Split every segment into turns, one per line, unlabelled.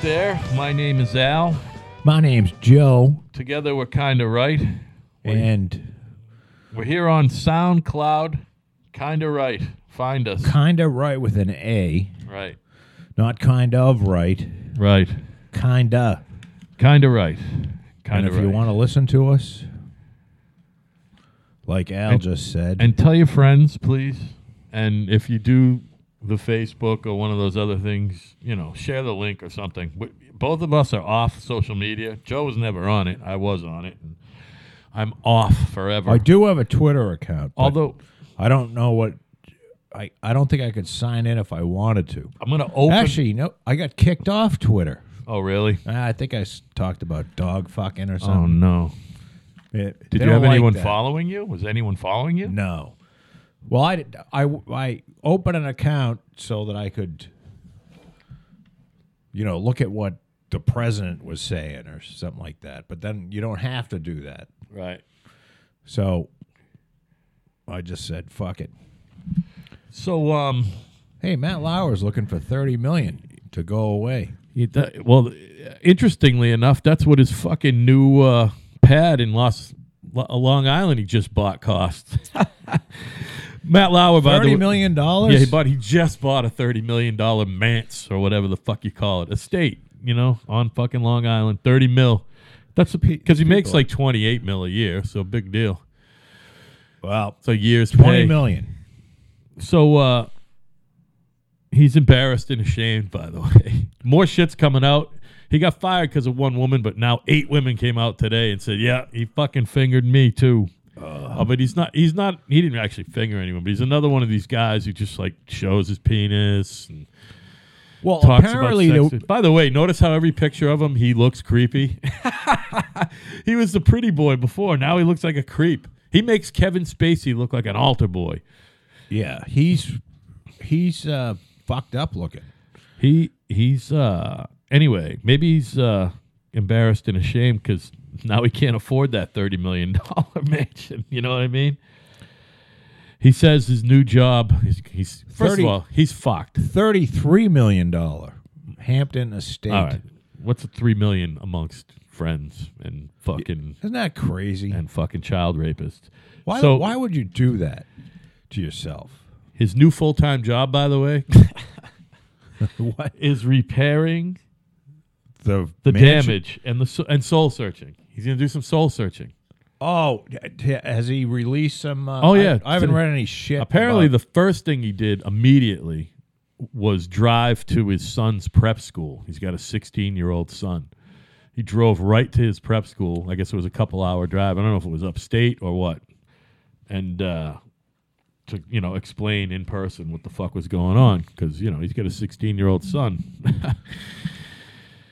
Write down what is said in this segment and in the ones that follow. there. My name is Al.
My name's Joe,
Together we're kind of right.
and
We're here on SoundCloud. Kind of right. Find us.
kinda right with an A,
Right.
not kind of right,
Right.
kinda.
Kind of right.
and
Kind
if
of right.
you want to listen to us, like Al
And-
just said,
and tell your friends, please. And if you do the Facebook or one of those other things, you know, share the link or something. We, both of us are off social media. Joe was never on it. I was on it. And I'm off forever.
I do have a Twitter account. but
Although
I don't know what. I, I don't think I could sign in if I wanted to.
I'm gonna open.
Actually, no, I got kicked off Twitter.
oh really?
Ah, I think I s- talked about dog fucking or
Oh
something.
no!
It- they
Did you
don't
have
like
anyone
that.
following you? Was anyone following you?
No. Well, I, did- I, I opened an account so that I could, you know, look at what the president was saying or something like that. But then you don't have to do that.
Right.
So I just said, fuck it.
So um,
Hey, Matt Lauer's looking for 30 million to go away.
he d- well, interestingly enough, that's what his fucking new uh, pad in Los Lo- Long Island he just bought cost. Matt Lauer, by the
Thirty
way,
million dollars?
yeah, he bought. He just bought a thirty million dollar manse or whatever the fuck you call it, estate. You know, on fucking Long Island, thirty mil. That's a because he makes like twenty eight mil a year, so big deal.
well,
So years
twenty
pay.
million.
So uh he's embarrassed and ashamed, by the way. More shit's coming out. He got fired because of one woman, but now eight women came out today and said, Yeah, he fucking fingered me too. Uh, but he's not he's not he didn't actually finger anyone, but he's another one of these guys who just like shows his penis and
Well,
talks
apparently,
about sex.
the,
By the way, notice how every picture of him he looks creepy. he was the pretty boy before, now he looks like a creep. He makes Kevin Spacey look like an altar boy.
yeah, he's he's uh, fucked up looking.
He he's uh anyway, maybe he's uh embarrassed and ashamed cuz now he can't afford that 30 million dollar mansion, you know what I mean? He says his new job he's, he's first
30
of all, he's fucked.
Thirty-three million dollar Hampton Estate.
All right. What's a 3 million amongst friends and fucking
Isn't that crazy?
and fucking child rapists?
Why,
so
why would you do that to yourself?
his new full-time job by the way
What
is repairing
the
the
mansion-
damage and the so- and soul searching. He's going to do some soul searching.
Oh, t- has he released some? Uh,
Oh, yeah.
I, I haven't read any shit.
Apparently,
about-
the first thing he did immediately was drive to his son's prep school. He's got a 16 year old son. He drove right to his prep school. I guess it was a couple hour drive. I don't know if it was upstate or what. And uh, to you know explain in person what the fuck was going on because you know he's got a 16 year old son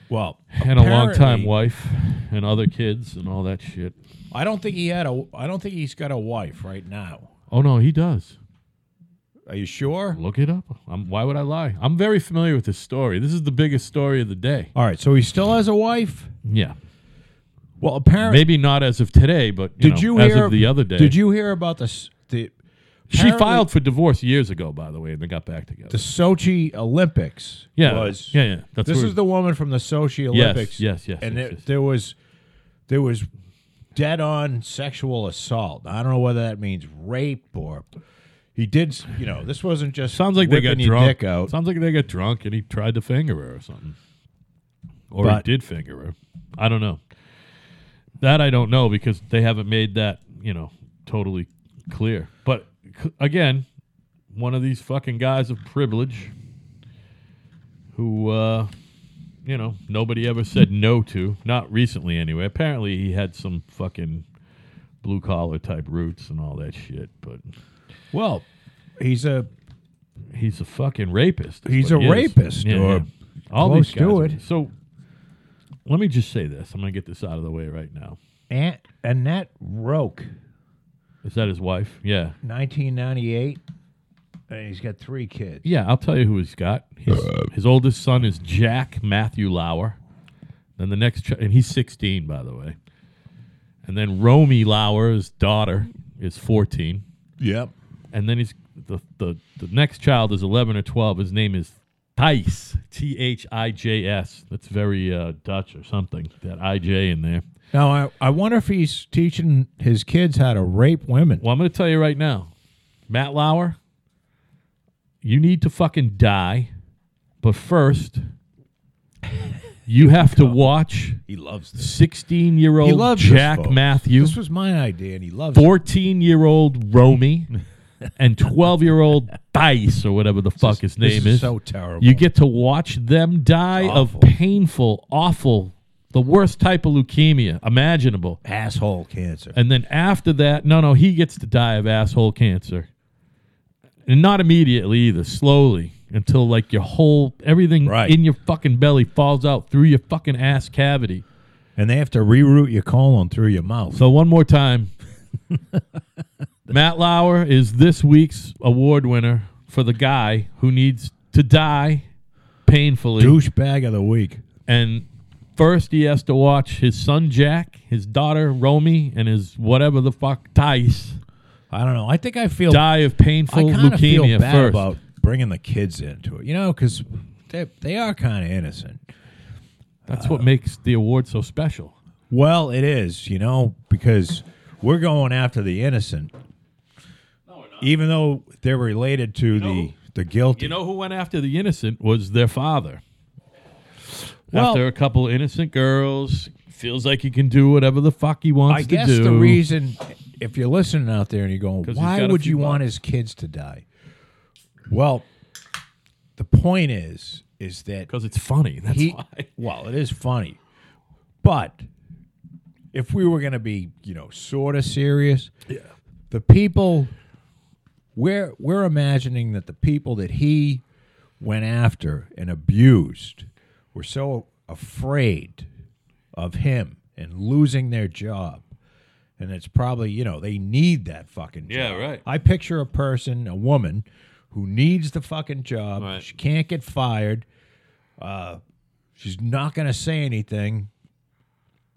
well,
and a long time
apparently-
wife and other kids and all that shit.
I don't think he had a. I don't think he's got a wife right now.
Oh no, he does.
Are you sure?
Look it up. I'm, why would I lie? I'm very familiar with this story. This is the biggest story of the day.
All right, so he still has a wife.
Yeah.
Well, apparently,
Maybe not as of today, but you
did
know,
you
as
hear
of the other day.
Did you hear about the s- the?
She
apparently
filed for divorce years ago, by the way, and they got back together.
the Sochi Olympics.
yeah,
was
yeah, yeah. That's
this
where-
is the woman from the Sochi
Yes,
Olympics.
yes, yes,
And
yes,
there,
yes.
there was there was dead on sexual assault. I don't know whether that means rape or he did. s- You know, this wasn't just
sounds like they got
whipping your
drunk.
dick out.
Sounds like they got drunk, and he tried to finger her or something, or
But-
he did finger her. I don't know. That I don't know because they haven't made that you know totally clear. But c- again, one of these fucking guys of privilege who uh, you know nobody ever said no to. Not recently, anyway. Apparently, he had some fucking blue collar type roots and all that shit, but.
Well, he's a
He's a fucking rapist. is
He's
what
a
he is.
rapist or
all
close
these guys.
to
are-
it.
So let me just say this. I'm gonna get this out of the way right now.
Aunt Annette Roque,
Is that his wife? Yeah,
nineteen ninety eight, and he's got three kids.
yeah. I'll tell you who he's got. His, his oldest son is Jack Matthew Lauer. Then the next, ch- and he's 16, by the way. And then Romy Lauer's daughter is 14.
Yep.
and then he's the, the the next child is 11 or 12 his name is Thijs, T H I J S. That's very uh, Dutch or something. That I J in there.
Now, I, I wonder if he's teaching his kids how to rape women.
Well, I'm going to tell you right now, Matt Lauer, you need to fucking die. But first, you have to watch
He loves this.
16 year
He
old
loves
Jack
this, folks.
Matthews,
This was my idea, and he loves it.
14 year old Romy, and 12 year old Dice or whatever the fuck his
This
name
is
is.
so terrible.
You get to watch them die of
awful.
painful, awful, the worst type of leukemia imaginable.
asshole cancer.
And then after that, no, no, he gets to die of asshole cancer. And not immediately either, slowly until like your whole everything
Right.
in your fucking belly falls out through your fucking ass cavity.
And they have to reroute your colon through your mouth.
So one more time. Matt Lauer is this week's award winner for the guy who needs to die painfully.
Douchebag of the week.
And first, he has to watch his son Jack, his daughter Romy, and his whatever the fuck Tice
I don't know. I think I feel
die of
Oh, I
painful
kind
leukemia
of feel bad
first.
about bringing the kids into it. You know, because they they are kind of innocent.
That's what makes the award so special.
Well, it is, you know, because we're going after the innocent, even though they're related to the
know-
the guilty.
You know who went after the innocent was their father.
Well-
after a couple of innocent girls, feels like he can do whatever the fuck he wants
I
to
guess
do.
the reason, if you're listening out there and you're going,
'Cause he's
why
got a
would
few
you want
bucks."
his kids to die? Well, the point is, is that
because it's funny. That's
he,
why.
well, it is funny, but if we were going to be, you know, sort of serious, yeah. the people we're we're imagining that the people that he went after and abused were so afraid of him and losing their job. And it's probably, you know, they need that fucking job.
Yeah, right.
I picture a person, a woman, who needs the fucking job.
Right.
She can't get fired. Uh, she's not going to say anything.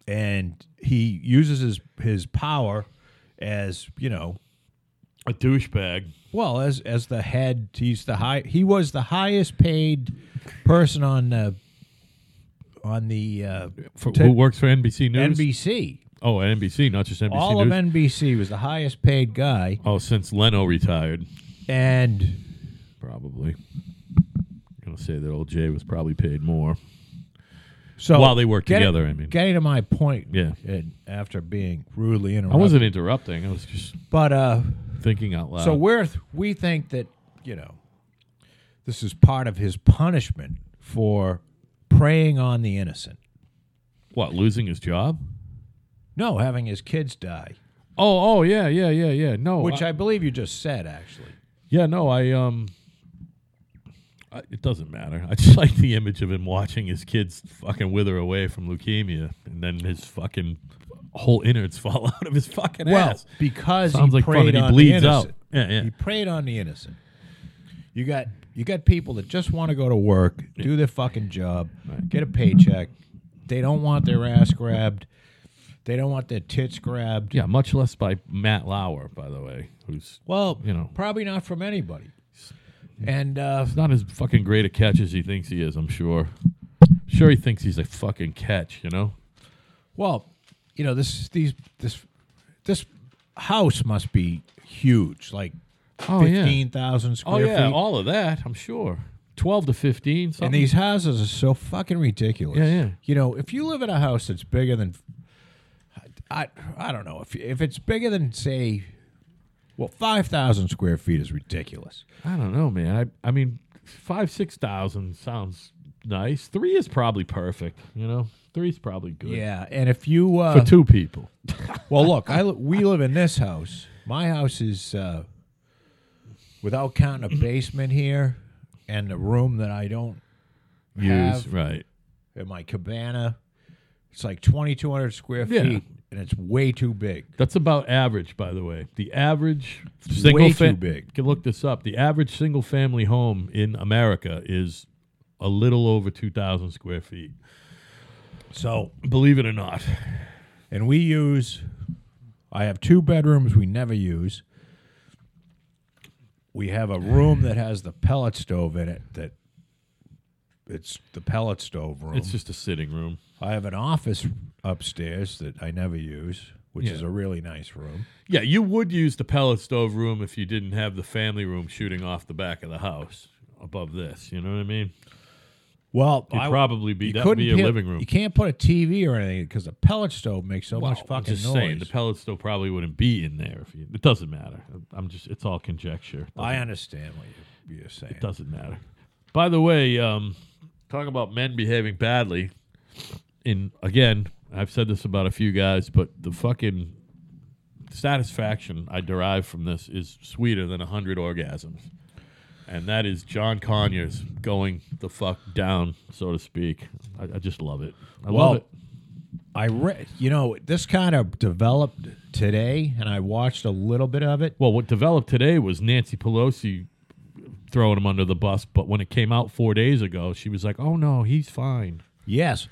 And he uses his, his power as, you know,
A douchebag.
well, as as the head, he's the high. He was the highest paid person on the on the uh,
For,
Ted-
who works for NBC News?
NBC.
oh, NBC, not just NBC
All
News.
of NBC was the highest paid guy,
Oh, since Leno retired,
and
probably. I'm gonna say that old Jay was probably paid more.
so
While they worked
getting-
together, I mean.
getting to my point,
Yeah.
and after being rudely
I
interrupted,
wasn't Uh, interrupting. I was just
But uh,
thinking out loud.
so we're th- we think that you know this is part of his punishment for preying on the innocent.
what? Losing his job?
No, having his kids die,
Oh, oh, yeah, yeah, yeah, yeah. No,
which
Oh, I,
I believe you just said actually.
yeah, no, I um, I, it doesn't matter. I just like the image of him watching his kids fucking wither away from leukemia, and then his fucking whole innards fall out of his fucking
Well,
ass.
because
Sounds
he
like fun,
preyed
and he
on
bleeds
the
out.
innocent.
Yeah, yeah.
He preyed on the innocent. You got you got people that just want to go to work, do their fucking job, get a paycheck. They don't want their ass grabbed. They don't want their tits grabbed.
Yeah, much less by Matt Lauer, by the way, who's
Well,
You know.
probably not from anybody. And uh,
It's not as fucking great a catch as he thinks he is, I'm sure. Sure, he thinks he's a fucking catch, you know?
well, you know this these this this house must be huge, like
Oh, yeah.
fifteen thousand square
Oh, yeah,
feet.
all of that, I'm sure. 12 to 15, something.
And these houses are so fucking ridiculous.
Yeah, yeah.
You know, if you live in a house that's bigger than, I, I don't know if if it's bigger than say, well, five thousand square feet is ridiculous.
I don't know, man. I, I mean, five, 6,000 sounds nice. Three is probably perfect, you know? Three's probably good.
Yeah, and if you uh,
For two people.
well, look, I li- we live in this house. My house is, uh, without counting a basement here, and the room that I don't
Use,
Have-
right.
in my cabana, it's like twenty two hundred square
Yeah.
feet, and it's way too big.
That's about average, by the way. The average single
way
fa-
too big.
You Can look this up. The average single family home in America is a little over two thousand square feet.
So
Believe it or not.
and we use i have two bedrooms we never use we have a room that has the pellet stove in it that it's the pellet stove room.
It's just a sitting room.
I have an office upstairs that I never use, which
Yeah.
is a really nice room.
Yeah, you would use the pellet stove room if you didn't have the family room shooting off the back of the house above this. You know what I mean?
Well,
You'd
I,
probably be
you
that would
couldn't
be a
put-
living room.
You can't put a TV or anything because the pellet stove makes so much
Well, I'm
fucking
just
noise.
saying the pellet stove probably wouldn't be in there. If you, it doesn't matter. I'm just it's all conjecture. It
I
doesn't-
understand what you, you're saying.
doesn't matter. By the way, um, talking about men behaving badly. In again, I've said this about a few guys, but the fucking satisfaction I derive from this is sweeter than a hundred orgasms, and that is John Conyers going the fuck down, so to speak. I, I just love it. I
Well,
love it.
I read, you know, this kind of developed today, and I watched a little bit of it.
Well, what developed today was Nancy Pelosi throwing him under the bus, but when it came out four days ago, she was like, "Oh no, he's fine."
Yes,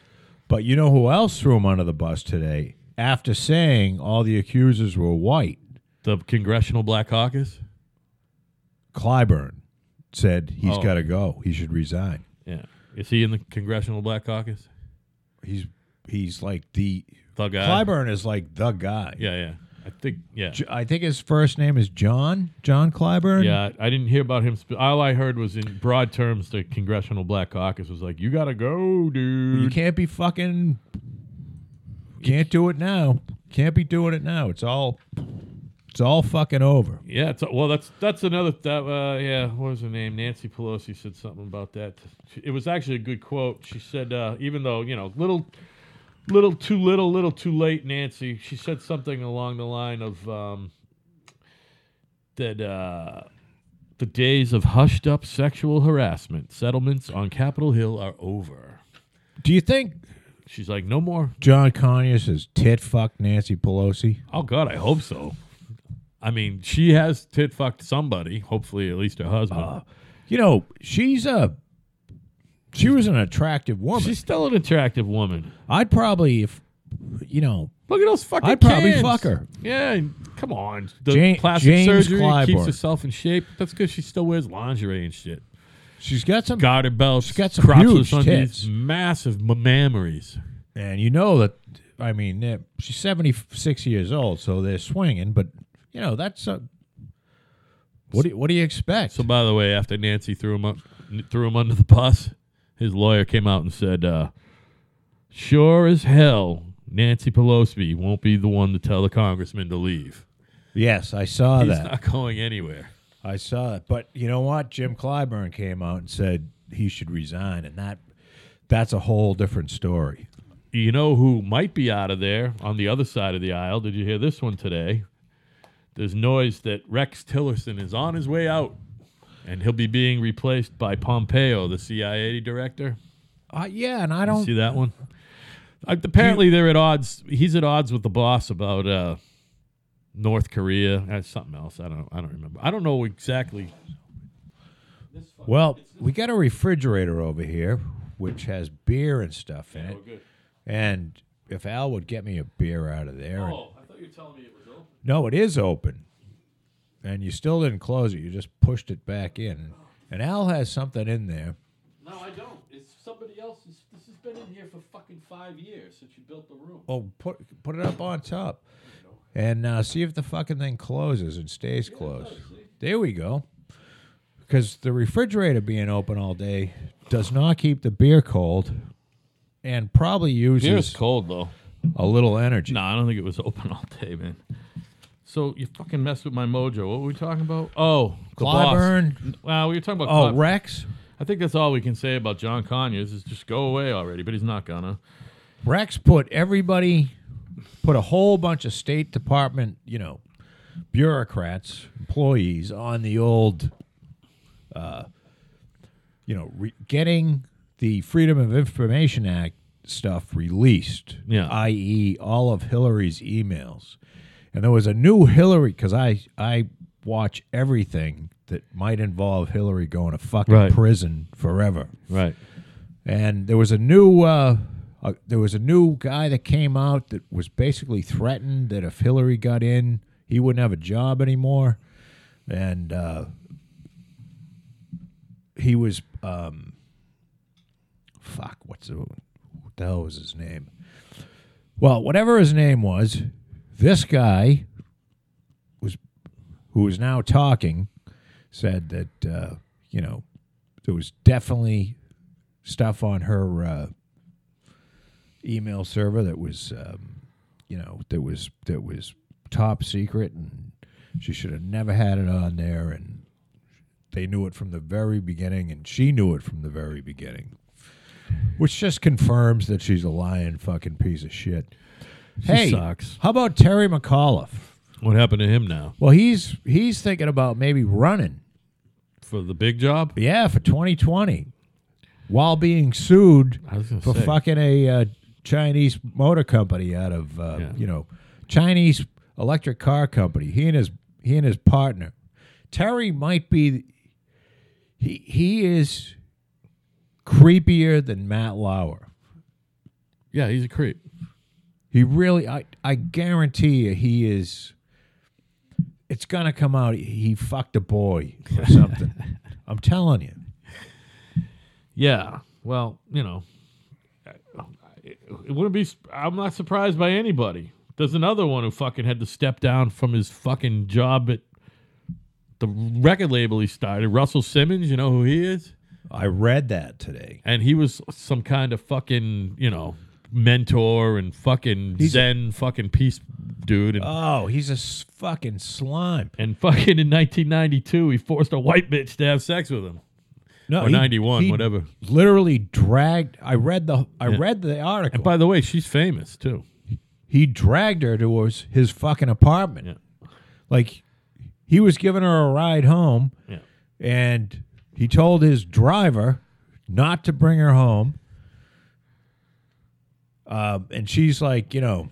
but you know who else threw him under the bus today? After saying all the accusers were white,
The Congressional Black Caucus.
Clyburn said he's
Oh.
got to go. He should resign.
Yeah. Is he in the Congressional Black Caucus?
He's he's like the
The guy.
Clyburn is like the guy.
Yeah, yeah. I think yeah.
J- I think his first name is John. John Clyburn.
Yeah, I didn't hear about him. Sp- All I heard was in broad terms the Congressional Black Caucus was like, "You gotta go,
You
dude."
can't be fucking. Can't do it now. Can't be doing it now. It's all. It's all fucking over.
Yeah, it's, well, that's that's another. That, uh, yeah, what was her name? Nancy Pelosi said something about that. She- It was actually a good quote. She said, uh, even though you know, little, little too little, little too late, Nancy. She said something along the line of um, that uh, the days of hushed up sexual harassment settlements on Capitol Hill are over.
Do you think
She's like, no more.
John Conyers is tit fuck Nancy Pelosi?
Oh God, I hope so. I mean, she has tit fucked somebody. Hopefully, at least her husband.
You know, she's a. She was an attractive woman.
She's still an attractive woman.
I'd probably, if you know,
Look at those fucking.
I'd probably
kids.
fuck her.
Yeah, and come on. The
Ja-
plastic
James
surgery keeps
Clyburn.
herself in shape. That's because she still wears lingerie and shit.
she's got some.
Garter belts. She's
got some huge tits.
Massive mammaries.
And you know that. I mean, they're- she's seventy six years old, so they're swinging. But you know, that's a. What do you, what do you expect?
So, by the way, after Nancy threw him up, threw him under the bus, his lawyer came out and said, uh, "Sure as hell, Nancy Pelosi won't be the one to tell the congressman to leave.
yes, I saw
He's
that.
not going anywhere."
I saw it. But you know what? Jim Clyburn came out and said he should resign, and that that's a whole different story.
You know who might be out of there on the other side of the aisle? Did you hear this one today? There's noise that Rex Tillerson is on his way out, and he'll be being replaced by Pompeo, the CIA director.
Uh, yeah, and I
You
don't.
see that one? Uh, Apparently, they're at odds. He's at odds with the boss about uh, North Korea and something else. I don't. I don't remember. I don't know exactly.
Well, we got a refrigerator over here which has beer and stuff
Oh,
in it. And if Al would get me a beer out of there, and-
Oh, I thought you were telling me it was open.
no, it is open, and you still didn't close it. You just pushed it back in. And Al has something in there.
No, I don't. It's somebody else's. This has been in here for fucking five years since you built the room.
Well, Oh, put put it up on top, and uh, see if the fucking thing closes and stays closed. There we go. Because the refrigerator being open all day does not keep the beer cold, and probably uses
Beer's cold though.
a little energy.
No, I don't think it was open all day, man. So you fucking messed with my mojo. What were we talking about? Oh, the boss.
Clyburn.
Wow, we were talking about.
Oh,
Clyburn.
Rex.
I think that's all we can say about John Conyers is just go away already. But he's not gonna.
Rex put everybody, put a whole bunch of State Department, you know, bureaucrats, employees on the old, uh, you know, re- getting the Freedom of Information Act stuff released,
Yeah.
i.e., all of Hillary's emails. And there was a new Hillary because I I watch everything that might involve Hillary going to fucking
Right.
prison forever
Right.
and there was a new uh, uh, there was a new guy that came out that was basically threatened that if Hillary got in, he wouldn't have a job anymore, and uh, he was um, fuck, what's the, what the hell was his name? Well, whatever his name was, this guy was who is now talking said that uh, you know there was definitely stuff on her uh, email server that was um, you know that was that was top secret and she should have never had it on there and they knew it from the very beginning and she knew it from the very beginning which just confirms that she's a lying fucking piece of shit hey
sucks.
how about terry mcauliffe
What happened to him now?
well he's he's thinking about maybe running
For the big job?
yeah for 2020 while being sued
I was gonna
for
say.
fucking a uh, Chinese motor company out of uh,
Yeah.
you know Chinese electric car company. He and his he and his partner Terry might be he he is creepier than Matt Lauer.
Yeah, he's a creep.
He really, I, I guarantee you, he is. It's gonna come out. He fucked a boy or something. I'm telling you.
Yeah. Well, you know, it wouldn't be. I'm not surprised by anybody. There's another one who fucking had to step down from his fucking job at the record label he started. Russell Simmons, you know who he is,
I read that today.
and he was some kind of fucking you know mentor and fucking
He's-
Zen fucking peace dude. And,
Oh, he's a s- fucking slime.
and fucking in 1992, he forced a white bitch to have sex with him.
No,
Or
he-
91,
he
whatever.
Literally dragged. I read the. I read the article.
And by the way, she's famous too.
he dragged her to his, his fucking apartment. Like he was giving her a ride home,
Yeah.
and he told his driver not to bring her home. Um, and she's like, you know,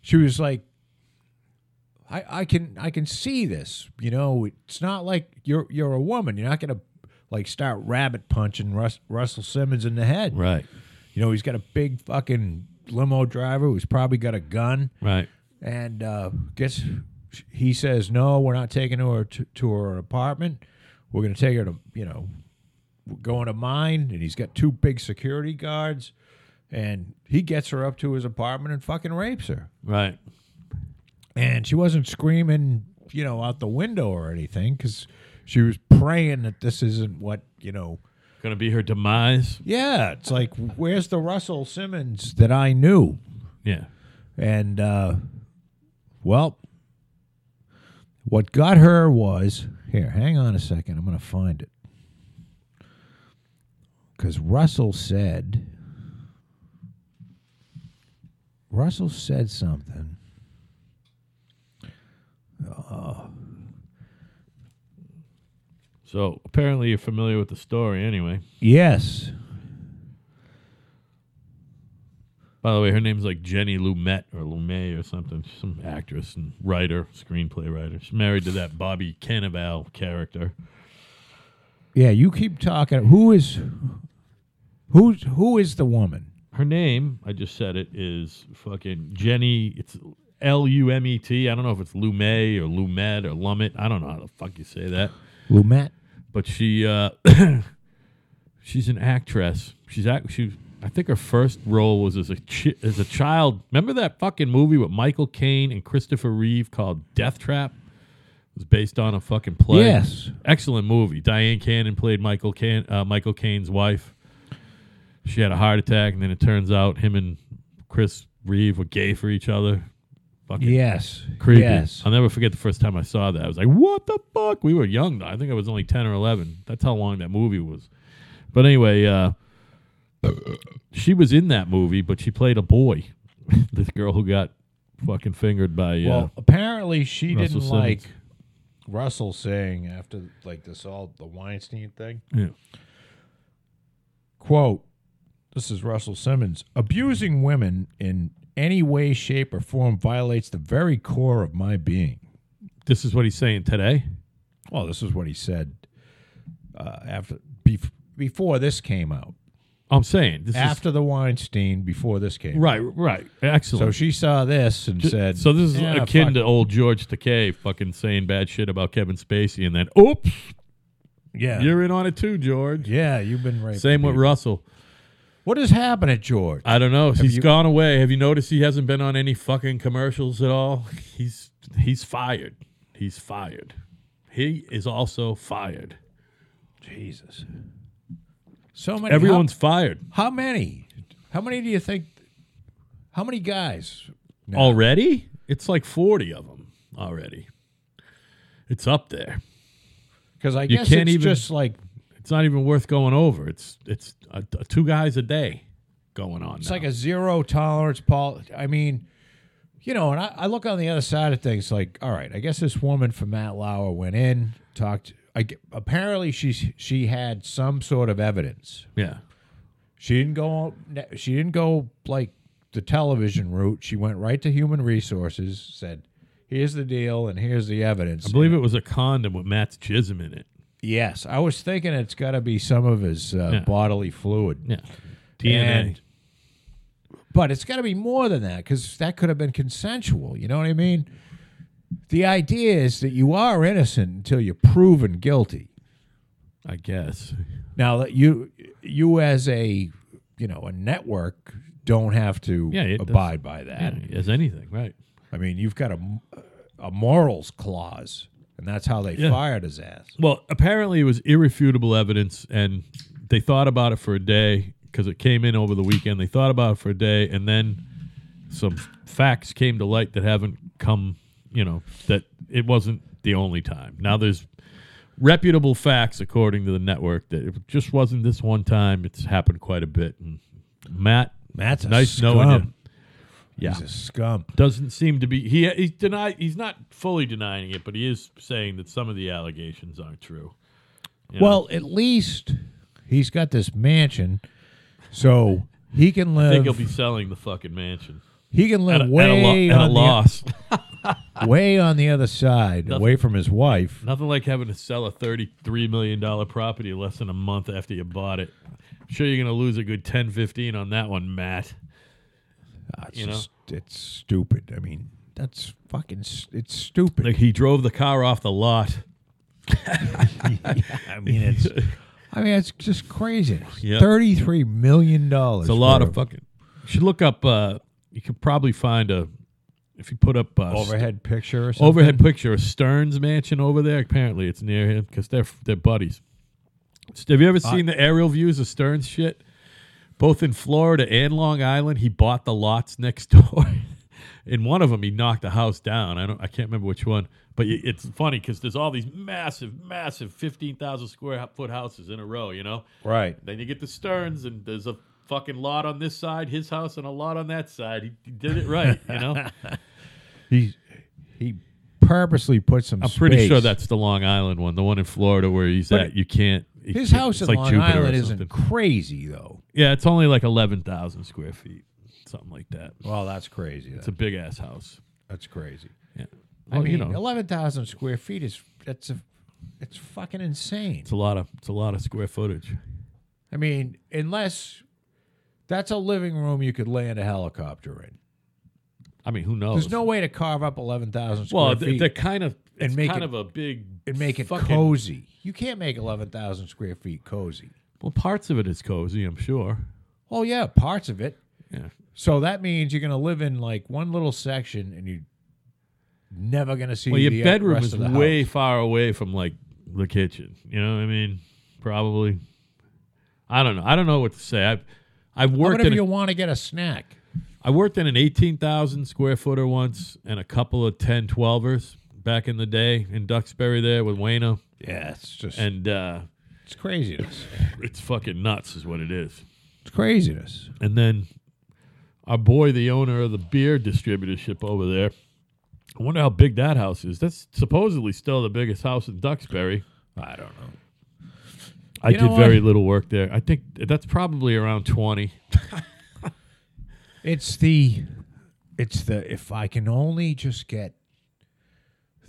she was like, I, I can I can see this. You know, it's not like you're you're a woman. You're not gonna like start rabbit punching Rus- Russell Simmons in the head.
Right.
You know, he's got a big fucking limo driver who's probably got a gun,
Right.
and uh, gets. He says, "No, we're not taking her to, to her apartment. We're going to take her to you know, we're going to mine." And he's got two big security guards, and he gets her up to his apartment and fucking rapes her.
Right.
And she wasn't screaming, you know, out the window or anything because she was praying that this isn't what you know.
Gonna be her demise.
Yeah, it's like, where's the Russell Simmons that I knew?
Yeah.
And uh, well, what got her was here. Hang on a second. I'm going to find it because Russell said Russell said something.
So apparently you're familiar with the story anyway.
Yes.
By the way, her name's like Jenny Lumet or Lumet or something. She's some actress and writer, screenplay writer. She's married to that Bobby Cannavale character.
Yeah. You keep talking. Who is who's who is the woman?
Her name, I just said it, is fucking Jenny. It's L U M E T. I don't know if it's Lumet or Lumet or Lumet. I don't know how the fuck you say that.
Lumet.
but she uh, she's an actress. She's act. She I think her first role was as a chi- as a child. Remember that fucking movie with Michael Caine and Christopher Reeve called Death Trap? It was based on a fucking play.
Yes.
excellent movie. Diane Cannon played Michael Can- uh, Michael Caine's wife. She had a heart attack, and then it turns out him and Chris Reeve were gay for each other. Fucking
Yes.
creepy.
Yes.
I'll never forget the first time I saw that. I was like, "What the fuck?" We were young. though. I think I was only ten or eleven. That's how long that movie was. But anyway, uh, she was in that movie, but she played a boy. this girl who got fucking fingered by. Uh,
Well, apparently she
Russell
didn't
Simmons.
like Russell saying after like this all the Weinstein thing.
yeah.
Quote, this is Russell Simmons. Abusing women in any way, shape, or form violates the very core of my being.
this is what he's saying today.
Well, this is what he said uh, after bef- before this came out.
I'm saying this
After the Weinstein, before this
is
came out.
right, right,
So
excellent.
she saw this and said
so this is
"Yeah,
akin
fuck
to old George Takei fucking saying bad shit about Kevin Spacey, and then oops,
Yeah.
You're in on it too, George.
yeah, you've been right.
Same with Russell.
What has happened at George?
I don't know. He's
you-
gone away. Have you noticed he hasn't been on any fucking commercials at all? He's he's fired. He's fired. He is also fired.
Jesus. So many.
Everyone's fired
How, how many? How many do you think? How many guys? No.
already. It's like forty of them already. It's up there.
Because I guess
can't
it's
even-
just like
It's not even worth going over. It's it's uh, t- two guys a day going on.
it's
now.
like a zero tolerance policy. I mean, you know, and I, I look on the other side of things. Like, all right, I guess this woman from Matt Lauer went in, talked. I g apparently she she had some sort of evidence.
yeah.
She didn't go. She didn't go like the television route. She went right to human resources. Said, "Here's the deal, and here's the evidence."
I believe it was a condom with Matt's jism in it.
yes, I was thinking it's got to be some of his uh,
Yeah.
bodily fluid.
Yeah. DNA.
And- But it's got to be more than that because that could have been consensual. You know what I mean? The idea is that you are innocent until you're proven guilty.
I guess.
Now that you you as a you know a network don't have to
Yeah, it does-
abide by that.
Yeah, as anything, right?
I mean, you've got a, a morals clause, and that's how they
Yeah.
fired his ass.
Well, apparently it was irrefutable evidence, and they thought about it for a day because it came in over the weekend. They thought about it for a day, and then some facts came to light that haven't come, you know, that it wasn't the only time. Now there's reputable facts, according to the network, that it just wasn't this one time. It's happened quite a bit. And Matt,
Matt's a
nice
scum.
knowing you. Yeah.
He's a scum.
doesn't seem to be he he's denied he's not fully denying it but he is saying that some of the allegations aren't true Yeah.
Well, at least he's got this mansion, so he can
i
live.
think he'll be selling the fucking mansion
he can
at a,
live
at a
way
lo- at a
on
loss
the way on the other side, away from his wife.
nothing like having to sell a 33 million dollar property less than a month after you bought it I'm sure you're going to lose a good 10 15 on that one matt
Ah, it's
you know?
just- it's stupid. I mean, that's fucking. s- It's stupid.
like he drove the car off the lot
I mean, it's. I mean, it's just crazy.
Yeah.
Thirty-three million dollars.
It's a lot of fucking. You should look up. Uh, you could probably find a if you put up uh,
overhead picture or something.
overhead picture of Stern's mansion over there. Apparently, it's near him because they're they're buddies. St- Have you ever seen the aerial views of Stern's shit? Both in Florida and Long Island, he bought the lots next door. in one of them, he knocked a house down. I don't, I can't remember which one, but y- it's funny because there's all these massive, massive fifteen thousand square foot houses in a row. You know,
Right.
then you get the Stearns, and there's a fucking lot on this side, his house, and a lot on that side. He, he did it right, you know.
He he purposely put some.
I'm pretty sure that's the Long Island one, the one in Florida where he's at. You can't. you
his
can't-
house
it's
in
like
Long
Jupiter or
Island
something.
isn't crazy though.
Yeah, it's only like eleven thousand square feet, something like that.
Well, that's crazy.
It's a big ass house.
that's crazy.
Yeah. Well,
I mean,
you know,
eleven thousand square feet is that's a it's fucking insane.
it's a lot of it's a lot of square footage.
I mean, unless that's a living room you could land a helicopter in.
I mean, who knows?
There's no way to carve up eleven thousand square
well,
feet
th- they're kind of it's
And make
kind
it-
of a big
and make it
fucking-
cozy. You can't make eleven thousand square feet cozy.
Well, parts of it is cozy, I'm sure.
Oh yeah, parts of it.
Yeah.
So that means you're going to live in like one little section and you're never going to see
Well, your
the uh,
bedroom
rest
is
of the
way
house.
far away from like the kitchen. You know what I mean? Probably. I don't know. I don't know what to say. I've I've
What
worked
if
in
you
a,
want to get a snack?
I worked in an eighteen thousand square footer once and a couple of 10 12ers back in the day in Duxbury there with Wayno.
Yeah, it's just
And uh,
it's craziness.
it's fucking nuts is what it is.
It's craziness.
And then our boy, the owner of the beer distributorship over there. I wonder how big that house is. That's supposedly still the biggest house in Duxbury.
I don't know.
I
You know
did
what?
very little work there. I think that's probably around 20.
It's the it's the if I can only just get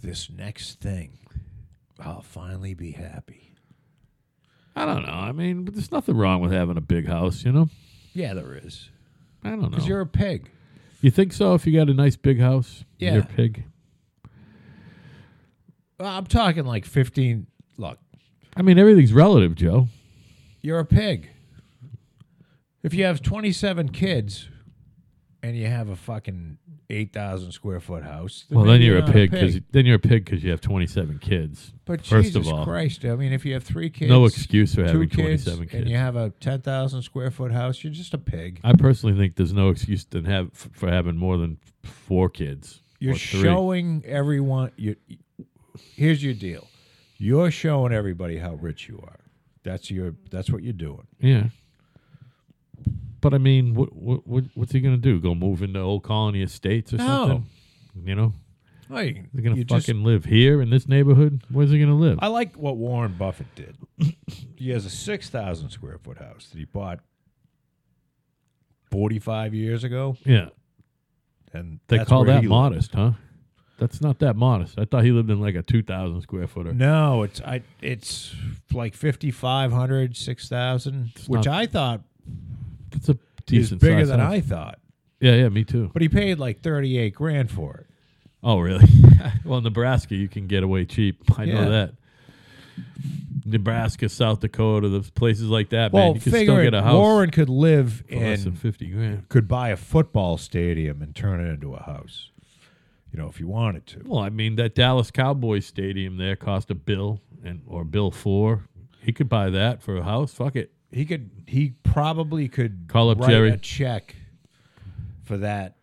this next thing, I'll finally be happy.
I don't know. I mean, but there's nothing wrong with having a big house, you know?
Yeah, there is.
I don't
Cuz
know.
you're a pig.
You think so if you got a nice big house?
Yeah.
You're a pig.
Well, I'm talking like 15 look.
I mean, everything's relative, Joe.
You're a pig. If you have 27 kids and you have a fucking 8,000 square foot house,
Well, then
maybe
you're a
not
pig because then you're a pig because you have 27 kids.
But
first
Jesus
of all,
Christ, I mean, if you have three kids,
no excuse for having
two kids,
27 kids.
and you have a 10,000 square foot house, you're just a pig.
I personally think there's no excuse to have f- for having more than f- four kids.
You're
or three.
showing everyone. You, here's your deal. You're showing everybody how rich you are. That's your. That's what you're doing.
Yeah. But I mean, what what what's he gonna do? Go move into old colony estates or
No.
something? You know,
Well, you,
they're gonna
you just-
fucking live here in this neighborhood. Where's he gonna live?
I like what Warren Buffett did. he has a 6,000 square foot house that he bought 45 years ago.
yeah,
And
they
that's
call
where
that
he
modest, huh? That's not that modest. I thought he lived in like a two thousand square footer.
lives. No, it's I it's like 5,500, 6,000, which
not
I thought
That's a
is
decent
bigger
size
than
house.
I thought.
Yeah, yeah, me too.
But he paid like 38 grand for it.
Oh, really? well, Nebraska, you can get away cheap. I
Yeah.
know that. Nebraska, South Dakota, the places like that,
Well,
man, you can still
figure
get a
it,
house
Warren could live
for less than
in
fifty grand.
could buy a football stadium and turn it into a house. You know, if you wanted to.
Well, I mean that Dallas Cowboys stadium there cost a bill and or bill four. He could buy that for a house. Fuck it.
he could he probably could
Call up
write
Jerry.
a check for that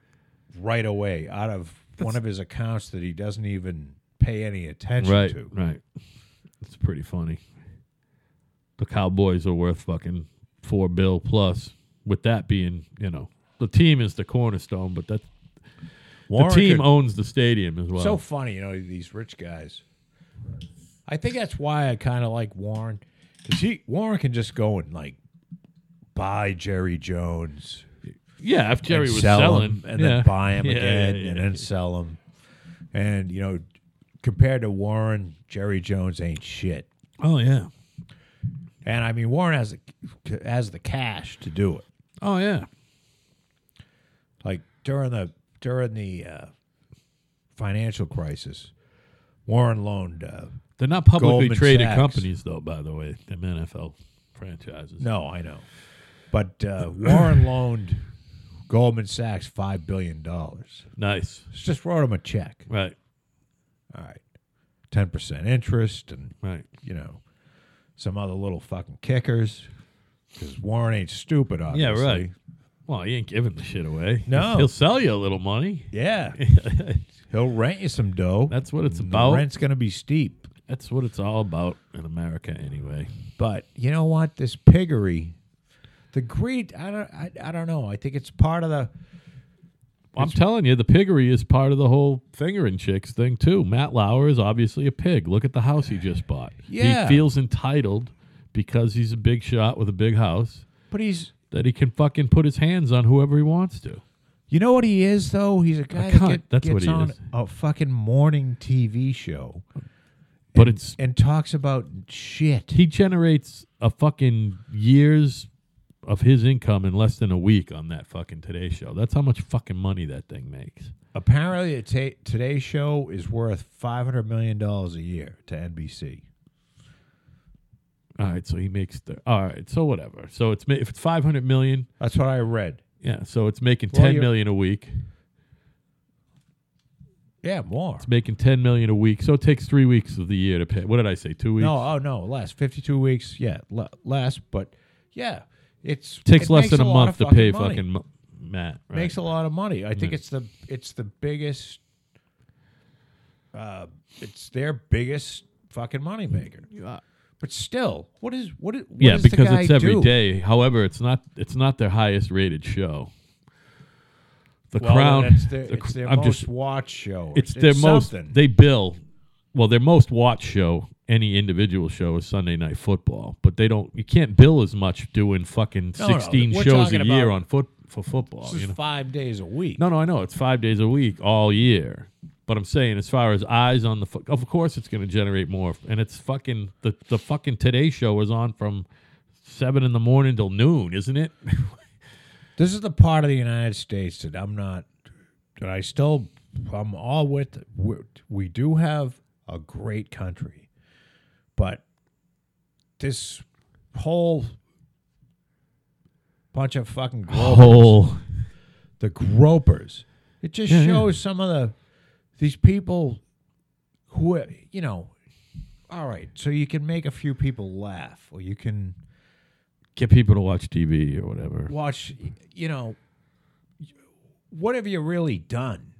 right away out of one of his accounts that he doesn't even pay any attention
Right.
to.
Right. It's pretty funny. The Cowboys are worth fucking four bill plus. With that being, you know, the team is the cornerstone, but that the
Warren
team
could-
owns the stadium as well.
so funny, you know, these rich guys. I think that's why I kind of like Warren cuz he Warren can just go and like buy Jerry Jones
yeah, if Jerry
and
was
sell
selling,
him and
yeah.
then buy him
Yeah, yeah,
again
yeah.
and then sell him. And you know, compared to Warren, Jerry Jones ain't shit.
Oh yeah.
And I mean, Warren has the, has the cash to do it.
Oh yeah.
Like during the during the uh, financial crisis, Warren loaned. Uh,
They're not publicly
Goldman
traded
Sachs.
companies though, by the way, them NFL franchises.
no, I know, but uh, Warren loaned Goldman Sachs five billion dollars.
Nice.
Just wrote him a check.
Right.
All right, ten percent interest, and
Right.
you know, some other little fucking kickers. Because Warren ain't stupid,
Yeah,
obviously.
right. Well, he ain't giving the shit away.
No.
He'll sell you a little money.
Yeah, he'll rent you some dough.
That's what it's
The
about.
rent's gonna be steep.
That's what it's all about in America, anyway.
But you know what? This piggery, the greed. I don't. I, I don't know. I think it's part of the.
I'm telling you, the piggery is part of the whole fingering chicks thing, too. Matt Lauer is obviously a pig. Look at the house he just bought.
Yeah.
He feels entitled because he's a big shot with a big house
But he's.
that he can fucking put his hands on whoever he wants to.
You know what he is though? He's a guy
cunt.
that get,
That's
gets
what he
on
is.
a fucking morning TV show
But it's
and talks about shit.
he generates a fucking years of his income in less than a week on that fucking Today Show. That's how much fucking money that thing makes.
Apparently, a ta today's show is worth five hundred million dollars a year to NBC.
All right, so he makes the. All right, so whatever. So it's ma- if it's five hundred million,
That's what I read.
yeah. So it's making
Well,
ten
you're-
million a week.
Yeah, more.
It's making ten million a week. So it takes three weeks of the year to pay. What did I say? Two weeks.
No, oh no, less. Fifty-two weeks. Yeah, le- less. But yeah, it's
it takes
it
less
makes
than a,
lot
month
of
to pay
money.
fucking mo- Matt. Right?
makes a lot of money. I think
Yeah.
it's the it's the biggest. Uh, it's their biggest fucking moneymaker. But still, what is what is what
yeah,
does
because
the guy
it's every day.
do?
However, it's not. It's not their highest rated show. The
Well,
Crown.
It's their,
the
it's
cr-
their
I'm
most
just
watched show.
it's their most
something.
they bill well their most watched show any individual show is sunday night football but they don't you can't bill as much doing fucking
No, no,
16
we're
shows a
talking
year
about-
on foot for football
This
you
is
know?
five days a week.
no no i know it's five days a week all year but i'm saying as far as eyes on the fo- of course it's going to generate more and it's fucking the, the fucking today show is on from seven in the morning till noon isn't it
This is the part of the United States that I'm not. That I still, I'm all with. We, we do have a great country, but this whole bunch of fucking gropers,
Oh,
the gropers. It just
Yeah, yeah.
shows some of the these people who are, you know. All right, so you can make a few people laugh, or you can
get people to watch TV or whatever.
watch, you know, what have you really done?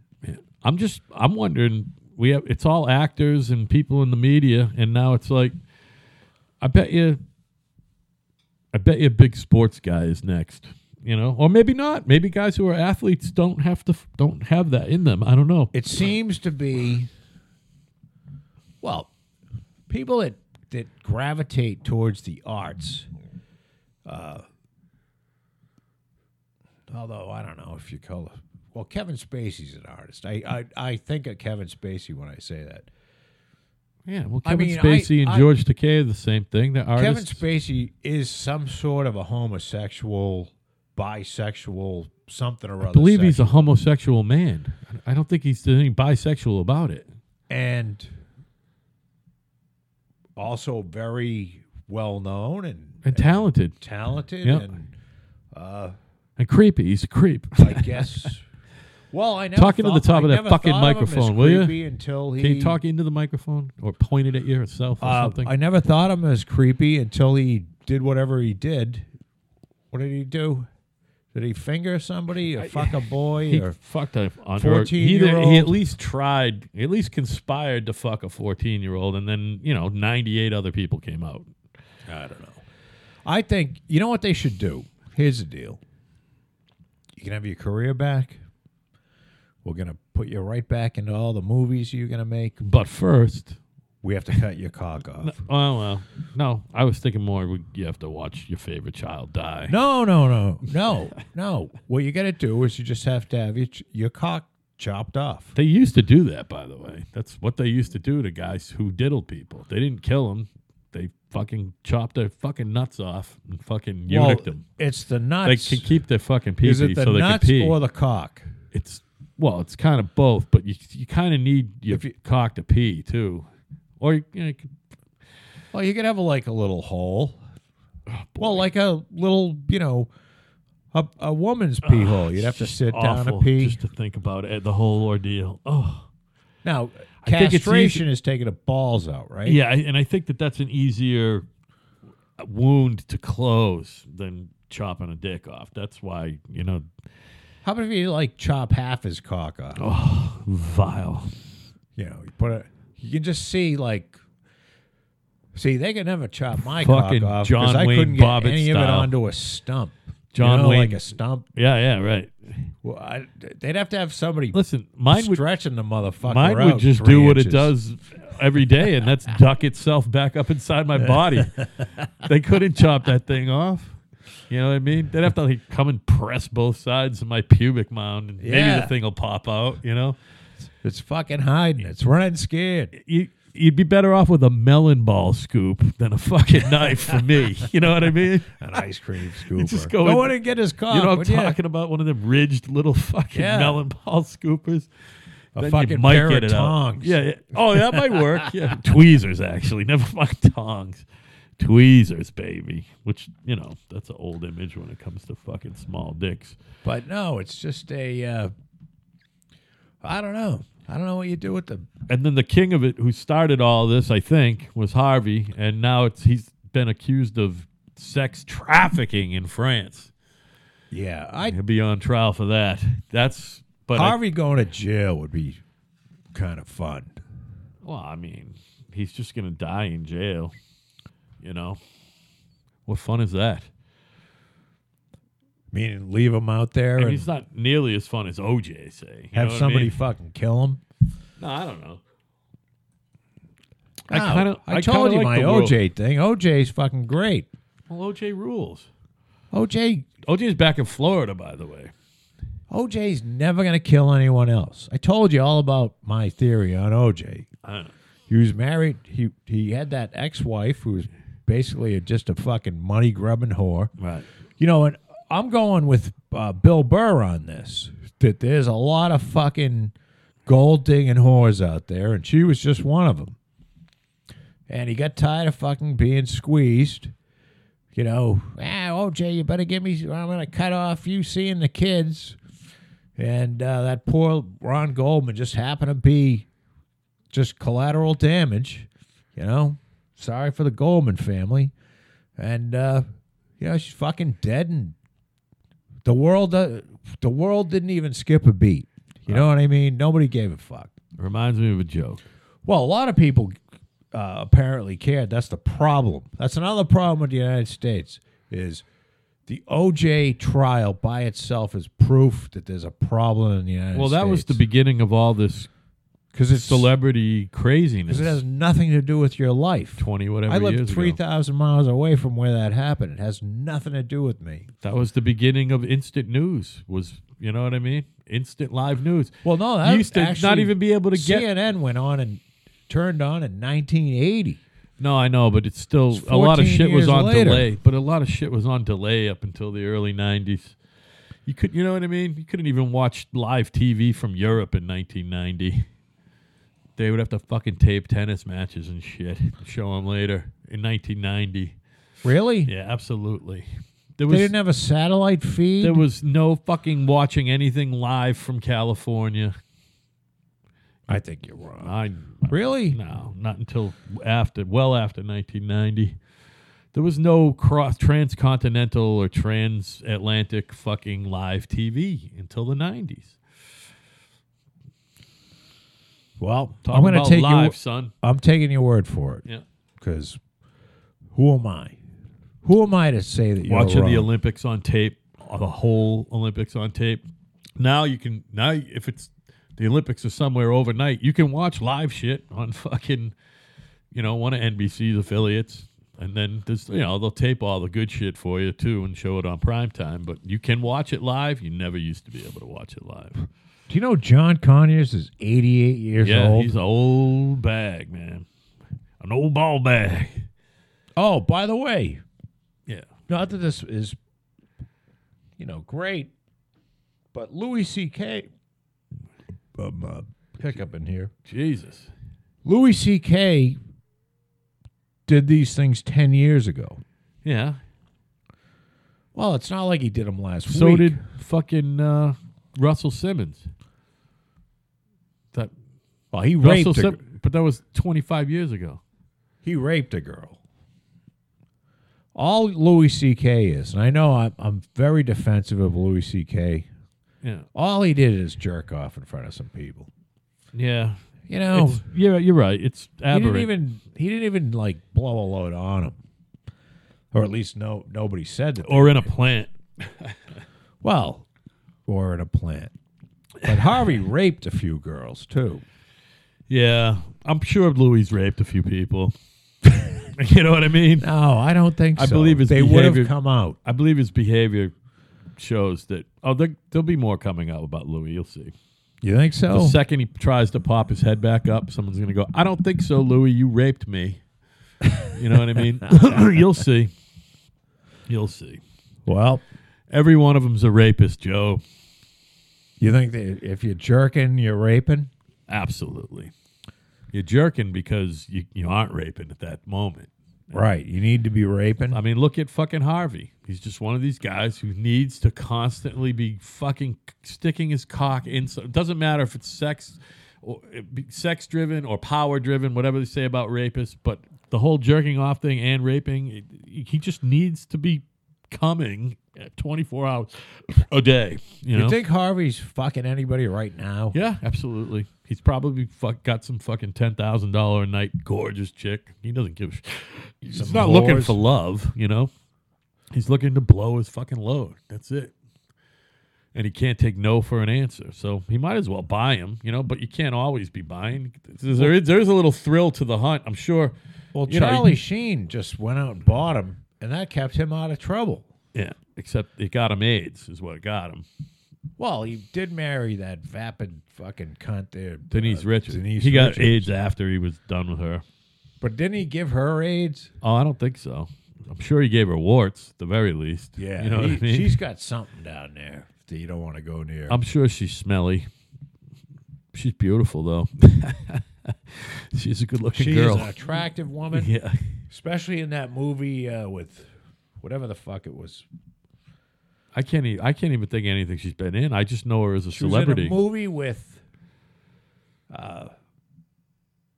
I'm just I'm wondering we have it's all actors and people in the media and now it's like I bet you I bet you a big sports guy is next, you know? Or maybe not. Maybe guys who are athletes don't have to f- don't have that in them. I don't know.
It seems to be, well, people that that gravitate towards the arts. Uh, although I don't know if you call it. Well, Kevin Spacey's an artist. I, I I think of Kevin Spacey when I say that.
Yeah, well
I
Kevin
mean, I-
Spacey and
I-
George Takei are the same thing. They're
Kevin
artists.
Spacey is some sort of a homosexual, bisexual, something or other.
I believe he's
sexual.
a homosexual man. I don't think he's anything bisexual about it.
and also very well known and,
And talented
talented
Yep.
and
and creepy. He's a creep.
I guess. Well, I never
Talking to the
thought-
top
I
of that
never
fucking
thought of him as
microphone, will ya?
creepy Until he
Can you talk into the microphone or point it at yourself or
Uh,
something?
I never thought of him as creepy until he did whatever he did. What did he do? Did he finger somebody or fuck a boy
He
or
fucked a under- he,
14-year-old.
he at least tried, at least conspired to fuck a 14 year old, and then, you know, 98 other people came out.
I don't know. I think you know what they should do. Here's the deal. You can have your career back. We're gonna put you right back into all the movies you're gonna make.
But first,
We have to cut your cog off.
oh, well, no, I was thinking more we- you have to watch your favorite child die.
No, no, no, no, no. What you gotta do is you just have to have your ch- your cock chopped off.
They used to do that, by the way. That's what they used to do to guys who diddled people. They didn't kill them, they fucking chopped their fucking nuts off and fucking
Well,
eunuched them.
It's the
They
nuts.
can keep their fucking pee
is
so they
it the
can
nuts
pee.
or the cock?
it's well, it's kind of both, but you you kind of need your
If you-
cock to pee too, or you, you know, you could-
Well, you could have like a little hole.
Oh,
well, like a little, you know, a, a woman's pee hole. You'd have to sit down
awful
and pee.
just to think about it, the whole ordeal. Oh,
Now,
I think it's
castration is taking the balls out, right?
yeah, I- and I think that that's an easier wound to close than chopping a dick off. That's why you know,
How about if you like chop half his cock off?
oh, vile.
You know, you put it. You can just see like. See, they could never chop my
Fucking
cock off
John
I
Wayne
couldn't get
Bobbitt
any of it
style.
onto a stump. You
John
know,
Wayne-
like a stump.
Yeah, yeah, right.
Well, I, they'd have to have somebody
Listen, mine would
stretching the motherfucker.
Mine
out
would just
three
do what it
inches.
does every day, and that's duck itself back up inside my body. they couldn't chop that thing off. You know what I mean? They'd have to like come and press both sides of my pubic mound, and maybe
Yeah.
the thing will pop out. You know,
It's fucking hiding. It's running scared.
you, you'd be better off with a melon ball scoop than a fucking knife for me. You know what I mean?
An ice cream scooper.
just go
go,
in-
in and get his cock.
You know, I'm
would ya?
talking about one of them ridged little fucking
Yeah.
melon ball scoopers.
A
Then
fucking pair of
it out.
tongs.
Yeah, yeah. Oh, that might work. Yeah. Tweezers, actually. Never mind tongs. Tweezers, baby. Which, you know, that's an old image when it comes to fucking small dicks.
But no, it's just a. Uh, I don't know. I don't know what you do with the.
And then the king of it, who started all this, I think, was Harvey. And now it's he's been accused of sex trafficking in France.
Yeah, I
He'll be on trial for that. That's. But I-
Harvey going to jail would be kind of fun.
Well, I mean, he's just gonna die in jail. You know, what fun is that?
Meaning, leave him out there
And
and,
he's not nearly as fun as OJ say. You know
have
what I
somebody
mean?
fucking kill him.
No, I don't know.
No,
I kind of.
I, told you
like
my
the rule.
OJ thing. OJ's fucking great.
Well, OJ rules.
OJ
OJ's back in Florida, by the way.
OJ's never going to kill anyone else. I told you all about my theory on OJ.
I don't-
He was married. He he had that ex-wife who was basically a, just a fucking money grubbing whore.
Right.
You know, and I'm going with uh, Bill Burr on this. That there's a lot of fucking gold digging whores out there, and she was just one of them. and he got tired of fucking being squeezed. You know, ah, OJ, you better give me. I'm gonna cut off you seeing the kids, and uh, that poor Ron Goldman just happened to be just collateral damage. You know, sorry for the Goldman family, and uh, you know she's fucking dead, and the world, uh, the world didn't even skip a beat. You know what I mean? Nobody gave a fuck.
Reminds me of a joke.
Well, a lot of people uh, apparently cared. That's the problem. That's another problem with the United States is the OJ trial by itself is proof that there's a problem in the United
Well,
States.
that was the beginning of all this
because it's
celebrity craziness.
because it has nothing to do with your life.
Twenty whatever
I lived
years
three
ago.
thousand miles away from where that happened. It has nothing to do with me.
That was the beginning of instant news. Was you know what I mean? Instant live news.
Well, no, that
you used to not
actually-
even be able to get.
CNN went on and turned on in 1980.
No, I know, but it's still
It's
a lot of
14
shit was
years
on
later.
delay. But a lot of shit was on delay up until the early '90s. You could, you know what I mean? You couldn't even watch live TV from Europe in 1990. They would have to fucking tape tennis matches and shit, show them later in 1990.
Really?
Yeah, absolutely. There
They
was
didn't have a satellite feed.
there was no fucking watching anything live from California.
I think you're wrong.
I
Really?
No, not until after, well after 1990. There was no cross transcontinental or transatlantic fucking live TV until the 90s.
Well,
Talking
I'm going
about
to take
live,
your,
son.
I'm taking your word for it
Yeah.
because who am I? Who am I to say that you're
Watching the
wrong?
Olympics on tape, uh, the whole Olympics on tape. Now you can now if it's the Olympics are somewhere overnight, you can watch live shit on fucking you know, one of NBC's affiliates. And then there's you know, they'll tape all the good shit for you too and show it on prime time, but you can watch it live. You never used to be able to watch it live.
Do you know John Conyers is 88 years
yeah,
old?
he's an old bag, man. An old ball bag.
Oh, by the way,
Yeah.
not that this is, you know, great, but Louis C.K. Um, uh, pickup in here.
Jesus.
Louis C.K. did these things 10 years ago.
Yeah.
Well, it's not like he did them last
So
week.
did fucking uh, Russell Simmons. That
well, he
Russell
raped a,
Sim- but that was 25 years ago.
He raped a girl. All Louis C.K. is, and I know I'm, I'm very defensive of Louis C.K.
Yeah,
All he did is jerk off in front of some people.
yeah.
You know,
It's- yeah, you're right. It's
Oh. he didn't
aberrant.
even he didn't even like blow a load on him, or at least no nobody said that.
or in a plant.
well, or in a plant. But Harvey raped a few girls too.
Yeah, I'm sure Louis raped a few people. you know what I mean?
No, I don't think
I
so.
believe his
they would have
behavior-
come out.
I believe his behavior shows that. Oh, there, there'll be more coming out about Louis. You'll see.
You think
The
so?
second he tries to pop his head back up, someone's gonna go, "I don't think so, Louis. You raped me." You know what I mean? You'll see. You'll see.
well,
Every one of them's a rapist, Joe.
you think that if you're jerking, you're raping?
Absolutely. You're jerking because you, you aren't raping at that moment.
Right. You need to be raping.
I mean, look at fucking Harvey. He's just one of these guys who needs to constantly be fucking sticking his cock in. so- It doesn't matter if it's sex, or sex driven or power driven, whatever they say about rapists. But the whole jerking off thing and raping, it, he just needs to be coming at 24 hours a day. You, know?
You think Harvey's fucking anybody right now?
Yeah, absolutely. He's probably fuck, got some fucking ten thousand dollar a night gorgeous chick. He doesn't give. a sh- He's
Some
not looking
whores.
for love, you know. He's looking to blow his fucking load. That's it. And he can't take no for an answer, so he might as well buy him, you know. But you can't always be buying. There is there is a little thrill to the hunt, I'm sure.
Well,
You know, you
Charlie
can-
Sheen just went out and bought him, and that kept him out of trouble.
Yeah, except it got him AIDS, is what got him.
Well, he did marry that vapid fucking cunt there,
Denise
uh,
Richards.
Denise
he got
Richards.
AIDS after he was done with her.
but didn't he give her AIDS?
Oh, I don't think so. I'm sure he gave her warts, the very least. you know what I
he-
mean.
she's got something down there that you don't want to go near.
I'm sure she's smelly. She's beautiful though. She's a good-looking
She
girl.
is an attractive woman,
yeah,
especially in that movie uh, with whatever the fuck it was.
I can't. E- I can't even think of anything she's been in. I just know her as a
She was in
celebrity
a movie with uh,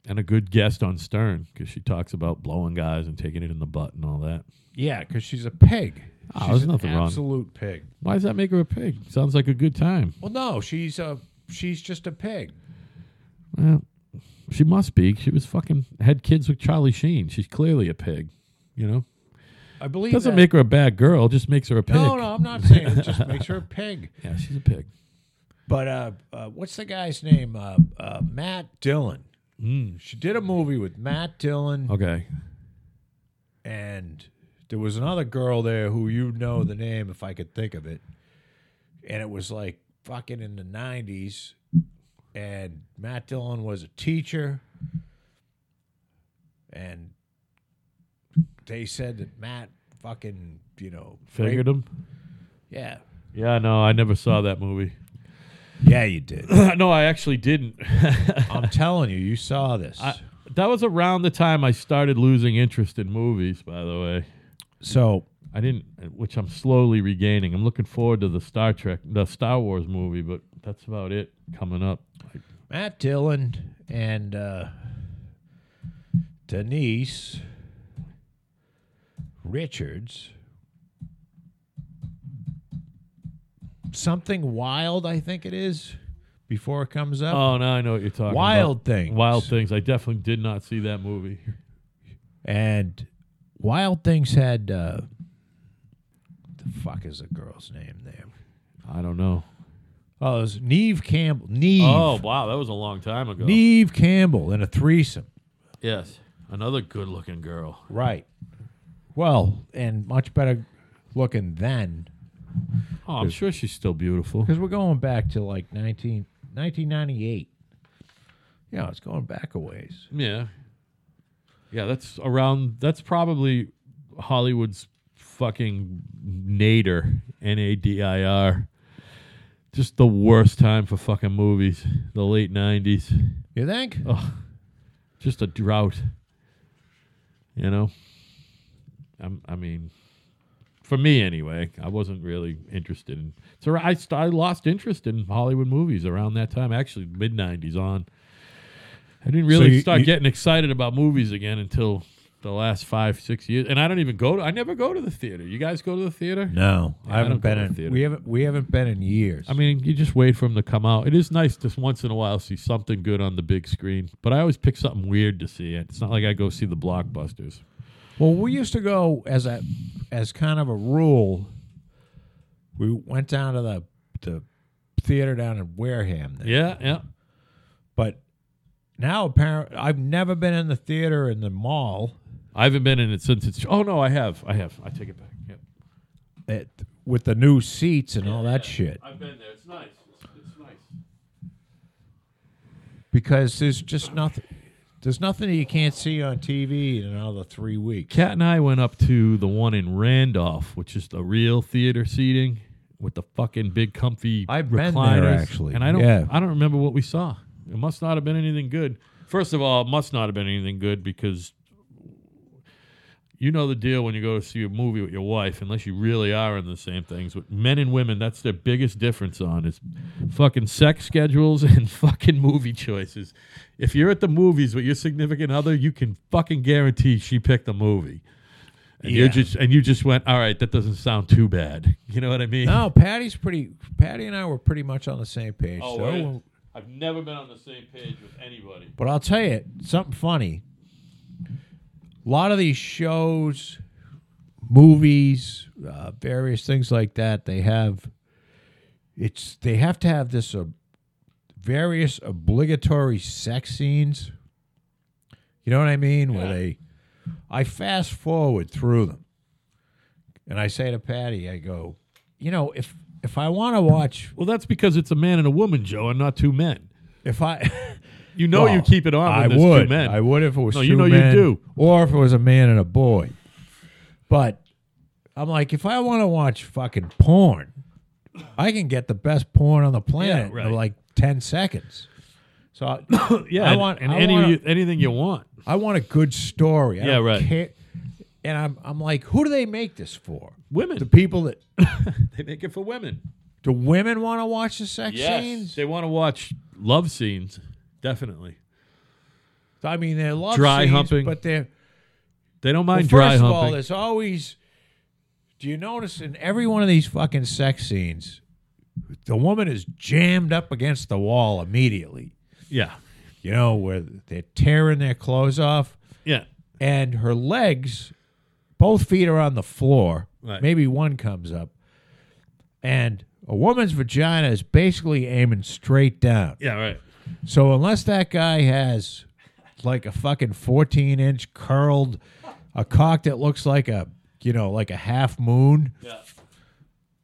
and a good guest on Stern because she talks about blowing guys and taking it in the butt and all that.
yeah, because she's a pig.
Oh,
she's
there's
an
nothing wrong.
absolute pig.
Why does that make her a pig? Sounds like a good time.
Well, no, she's a she's just a pig.
Well, she must be. She was fucking had kids with Charlie Sheen. She's clearly a pig. You know,
I believe
doesn't
that-
make her a bad girl. Just makes her a pig.
No, no, I'm not saying it just makes her a pig.
Yeah, she's a pig.
But uh, uh, what's the guy's name? Uh, uh, Matt Dillon.
Mm.
She did a movie with Matt Dillon,
Okay.
and there was another girl there who you know the name if I could think of it. And it was like fucking in the 90s, and Matt Dillon was a teacher, and they said that Matt fucking, you know,
Figured
raped-
him.
Yeah.
Yeah, no, I never saw that movie.
Yeah, you did.
no, I actually didn't.
I'm telling you, you saw this.
I, that was around the time I started losing interest in movies, by the way.
so
I didn't, which I'm slowly regaining. I'm looking forward to the Star Trek, the Star Wars movie, but that's about it coming up.
Matt Dillon and uh, Denise Richards. Something wild, I think it is, before it comes up.
Oh, now I know what you're talking
Wild
about.
Things.
Wild Things. I definitely did not see that movie.
and Wild Things had. Uh, the fuck is the girl's name there?
I don't know.
Oh, it was Neve Campbell. Neve.
Oh, wow. That was a long time ago.
Neve Campbell in a threesome.
Yes. Another good looking girl.
Right. Well, and much better looking then
Oh, I'm sure she's still beautiful.
because we're going back to like 19, 1998. Yeah, it's going back a ways.
Yeah. Yeah, that's around that's probably Hollywood's fucking nadir, N A D I R. Just the worst time for fucking movies. The late 90s.
You think?
Oh. Just a drought. You know. I'm, I mean for me anyway, I wasn't really interested in. So I, st- I lost interest in Hollywood movies around that time, actually mid 90s on. I didn't really
you-
start
you-
getting excited about movies again until the last five, six years. And I don't even go to, I never go to the theater. You guys go to the theater?
No,
Yeah, I
I haven't
don't go
been
to
in.
theater.
We haven't. We haven't been in years.
I mean, you just wait for them to come out. It is nice to once in a while see something good on the big screen, but I always pick something weird to see. It's not like I go see the blockbusters.
well, we used to go as a, as kind of a rule. We went down to the the theater down in Wareham. There.
Yeah, yeah.
But now apparently, I've never been in the theater in the mall.
I haven't been in it since it's. Oh, no, I have. I have. I take it back. Yeah.
at, with the new seats and all that shit
I've been there. It's nice. It's, it's nice.
because there's just nothing there's nothing that you can't see on TV in another three weeks.
Kat and I went up to the one in Randolph, which is the real theater seating with the fucking big comfy
I've
recliners.
been there, actually.
and I don't,
Yeah.
I don't remember what we saw. It must not have been anything good. First of all, it must not have been anything good because you know the deal when you go to see a movie with your wife, unless you really are in the same things. With men and women, that's their biggest difference on is fucking sex schedules and fucking movie choices. If you're at the movies with your significant other, you can fucking guarantee she picked the movie. And you're
Yeah.
just and you just went, all right, that doesn't sound too bad. You know what I mean?
No, Patty's pretty. Patty and I were pretty much on the same page.
Oh,
so-
wait. I've never been on the same page with anybody.
but I'll tell you something funny. A lot of these shows, movies, uh, various things like that, they have it's they have to have this uh, various obligatory sex scenes. You know what I mean? Where
Yeah.
they, I fast forward through them, and I say to Patty, I go, you know, if if I want to watch,
Well, that's because it's a man and a woman, Joe, and not two men.
if I.
You know
Well,
you keep it on when
I
there's
would.
two men.
I would if it was
No,
two
you know you
men,
do.
or if it was a man and a boy. But I'm like, if I want to watch fucking porn, I can get the best porn on the planet
right.
in like ten seconds. So I,
yeah,
I
and-
want
and
I
any
want a-
anything you want.
I want a good story. I
Yeah,
don't
right.
care- And I'm I'm like, who do they make this for?
Women,
The people that
they make it for women.
do women want to watch the sex
Yes,
scenes?
they want to watch love scenes. Definitely,
I mean, they love
Dry
scenes,
humping.
but they're
they don't
well,
mind
first
dry
of
humping.
all, there's always. Do you notice in every one of these fucking sex scenes, the woman is jammed up against the wall immediately.
yeah,
You know where they're tearing their clothes off,
yeah,
and her legs, both feet are on the floor.
Right.
Maybe one comes up, and a woman's vagina is basically aiming straight down.
yeah, right.
So unless that guy has like a fucking 14 inch curled, a cock that looks like a you know like a half moon,
Yeah,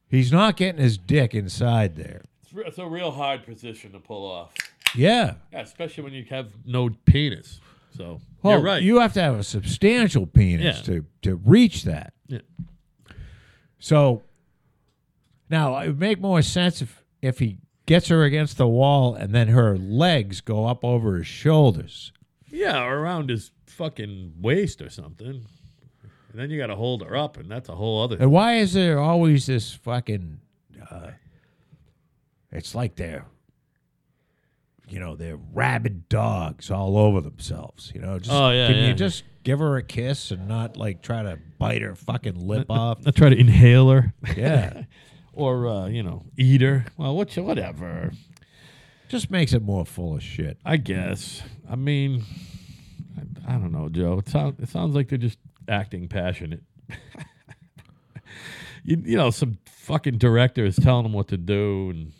he's not getting his dick inside there.
it's, re- it's a real hard position to pull off.
Yeah.
Yeah, especially when you have no penis. So
Well,
you're right.
You have to have a substantial penis
Yeah.
to to reach that.
Yeah.
So now it would make more sense if if he gets her against the wall and then her legs go up over his shoulders.
yeah, or around his fucking waist or something. And then you got to hold her up, and that's a whole other.
And why is there always this fucking? Uh, it's like they're, you know, they're rabid dogs all over themselves. You know, just
Oh, yeah,
can
yeah.
you just give her a kiss and not like try to bite her fucking lip off?
I try to inhale her
Yeah,
or uh, you know eat her. Well, what, whatever.
just makes it more full of shit.
I guess. I mean, I, I don't know, Joe. It sounds it sounds like they're just acting passionate. you, you know, some fucking director is telling them what to do, and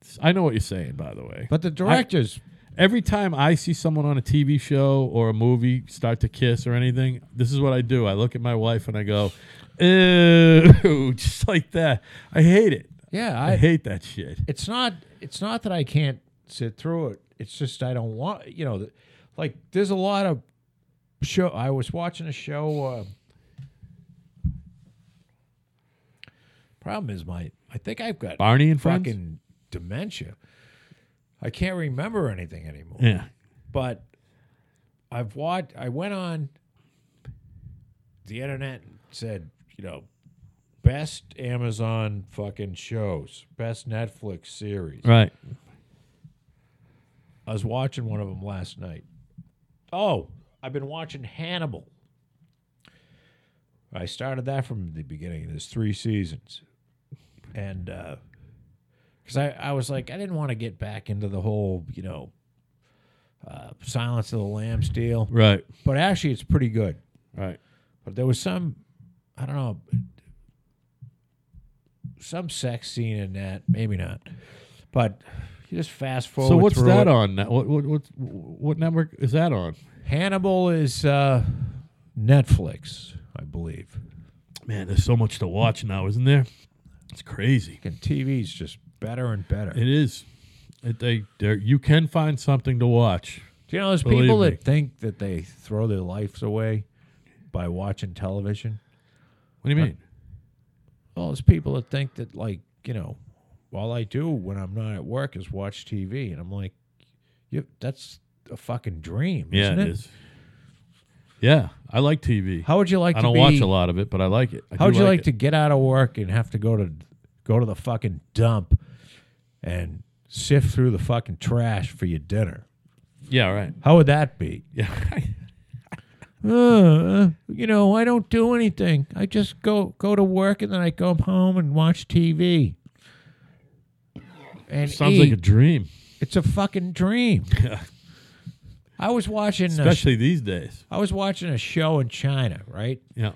it's- I know what you're saying, by the way.
But the directors,
Every time I see someone on a TV show or a movie start to kiss or anything, this is what I do. I look at my wife and I go, "Ew," just like that. I hate it.
yeah,
I
I,
hate that shit.
it's not it's not that I can't sit through it. It's just I don't want you know, th- like there's a lot of show. I was watching a show. Uh, problem is my I think I've got
Barney and Friends.
fucking dementia. I can't remember anything anymore.
yeah.
But I've watched. I went on the internet and said, you know, best Amazon fucking shows, best Netflix series.
Right.
I was watching one of them last night. Oh, I've been watching Hannibal. I started that from the beginning. There's three seasons. And because I, I was like, I didn't want to get back into the whole, you know, uh, Silence of the Lambs deal.
Right.
But actually, it's pretty good.
Right.
But there was some, I don't know, some sex scene in that. Maybe not. But you just fast forward.
So what's
through
that
it.
on? now? What what what what network is that on?
Hannibal is uh, Netflix, I believe.
Man, there's so much to watch now, isn't there? It's crazy.
And TV's just better and better.
It is. It, they there you can find something to watch.
Do you know there's
Believe
people
me.
that think that they throw their lives away by watching television?
What do you mean?
Well, there's people that think that like you know, all I do when I'm not at work is watch TV, and I'm like, you, that's a fucking dream,
yeah,
isn't it?
it is. Yeah, I like TV.
How would you like
I
to
don't
be,
watch a lot of it, but I like it. I
How
do
would you like
it.
to get out of work and have to go to go to the fucking dump and sift through the fucking trash for your dinner?
Yeah, right.
How would that be?
Yeah.
Uh, you know, I don't do anything. I just go go to work and then I come home and watch TV. And
Sounds
eat.
like a dream,
it's a fucking dream. I was watching a,
especially these days.
I was watching a show in China, right?
Yeah.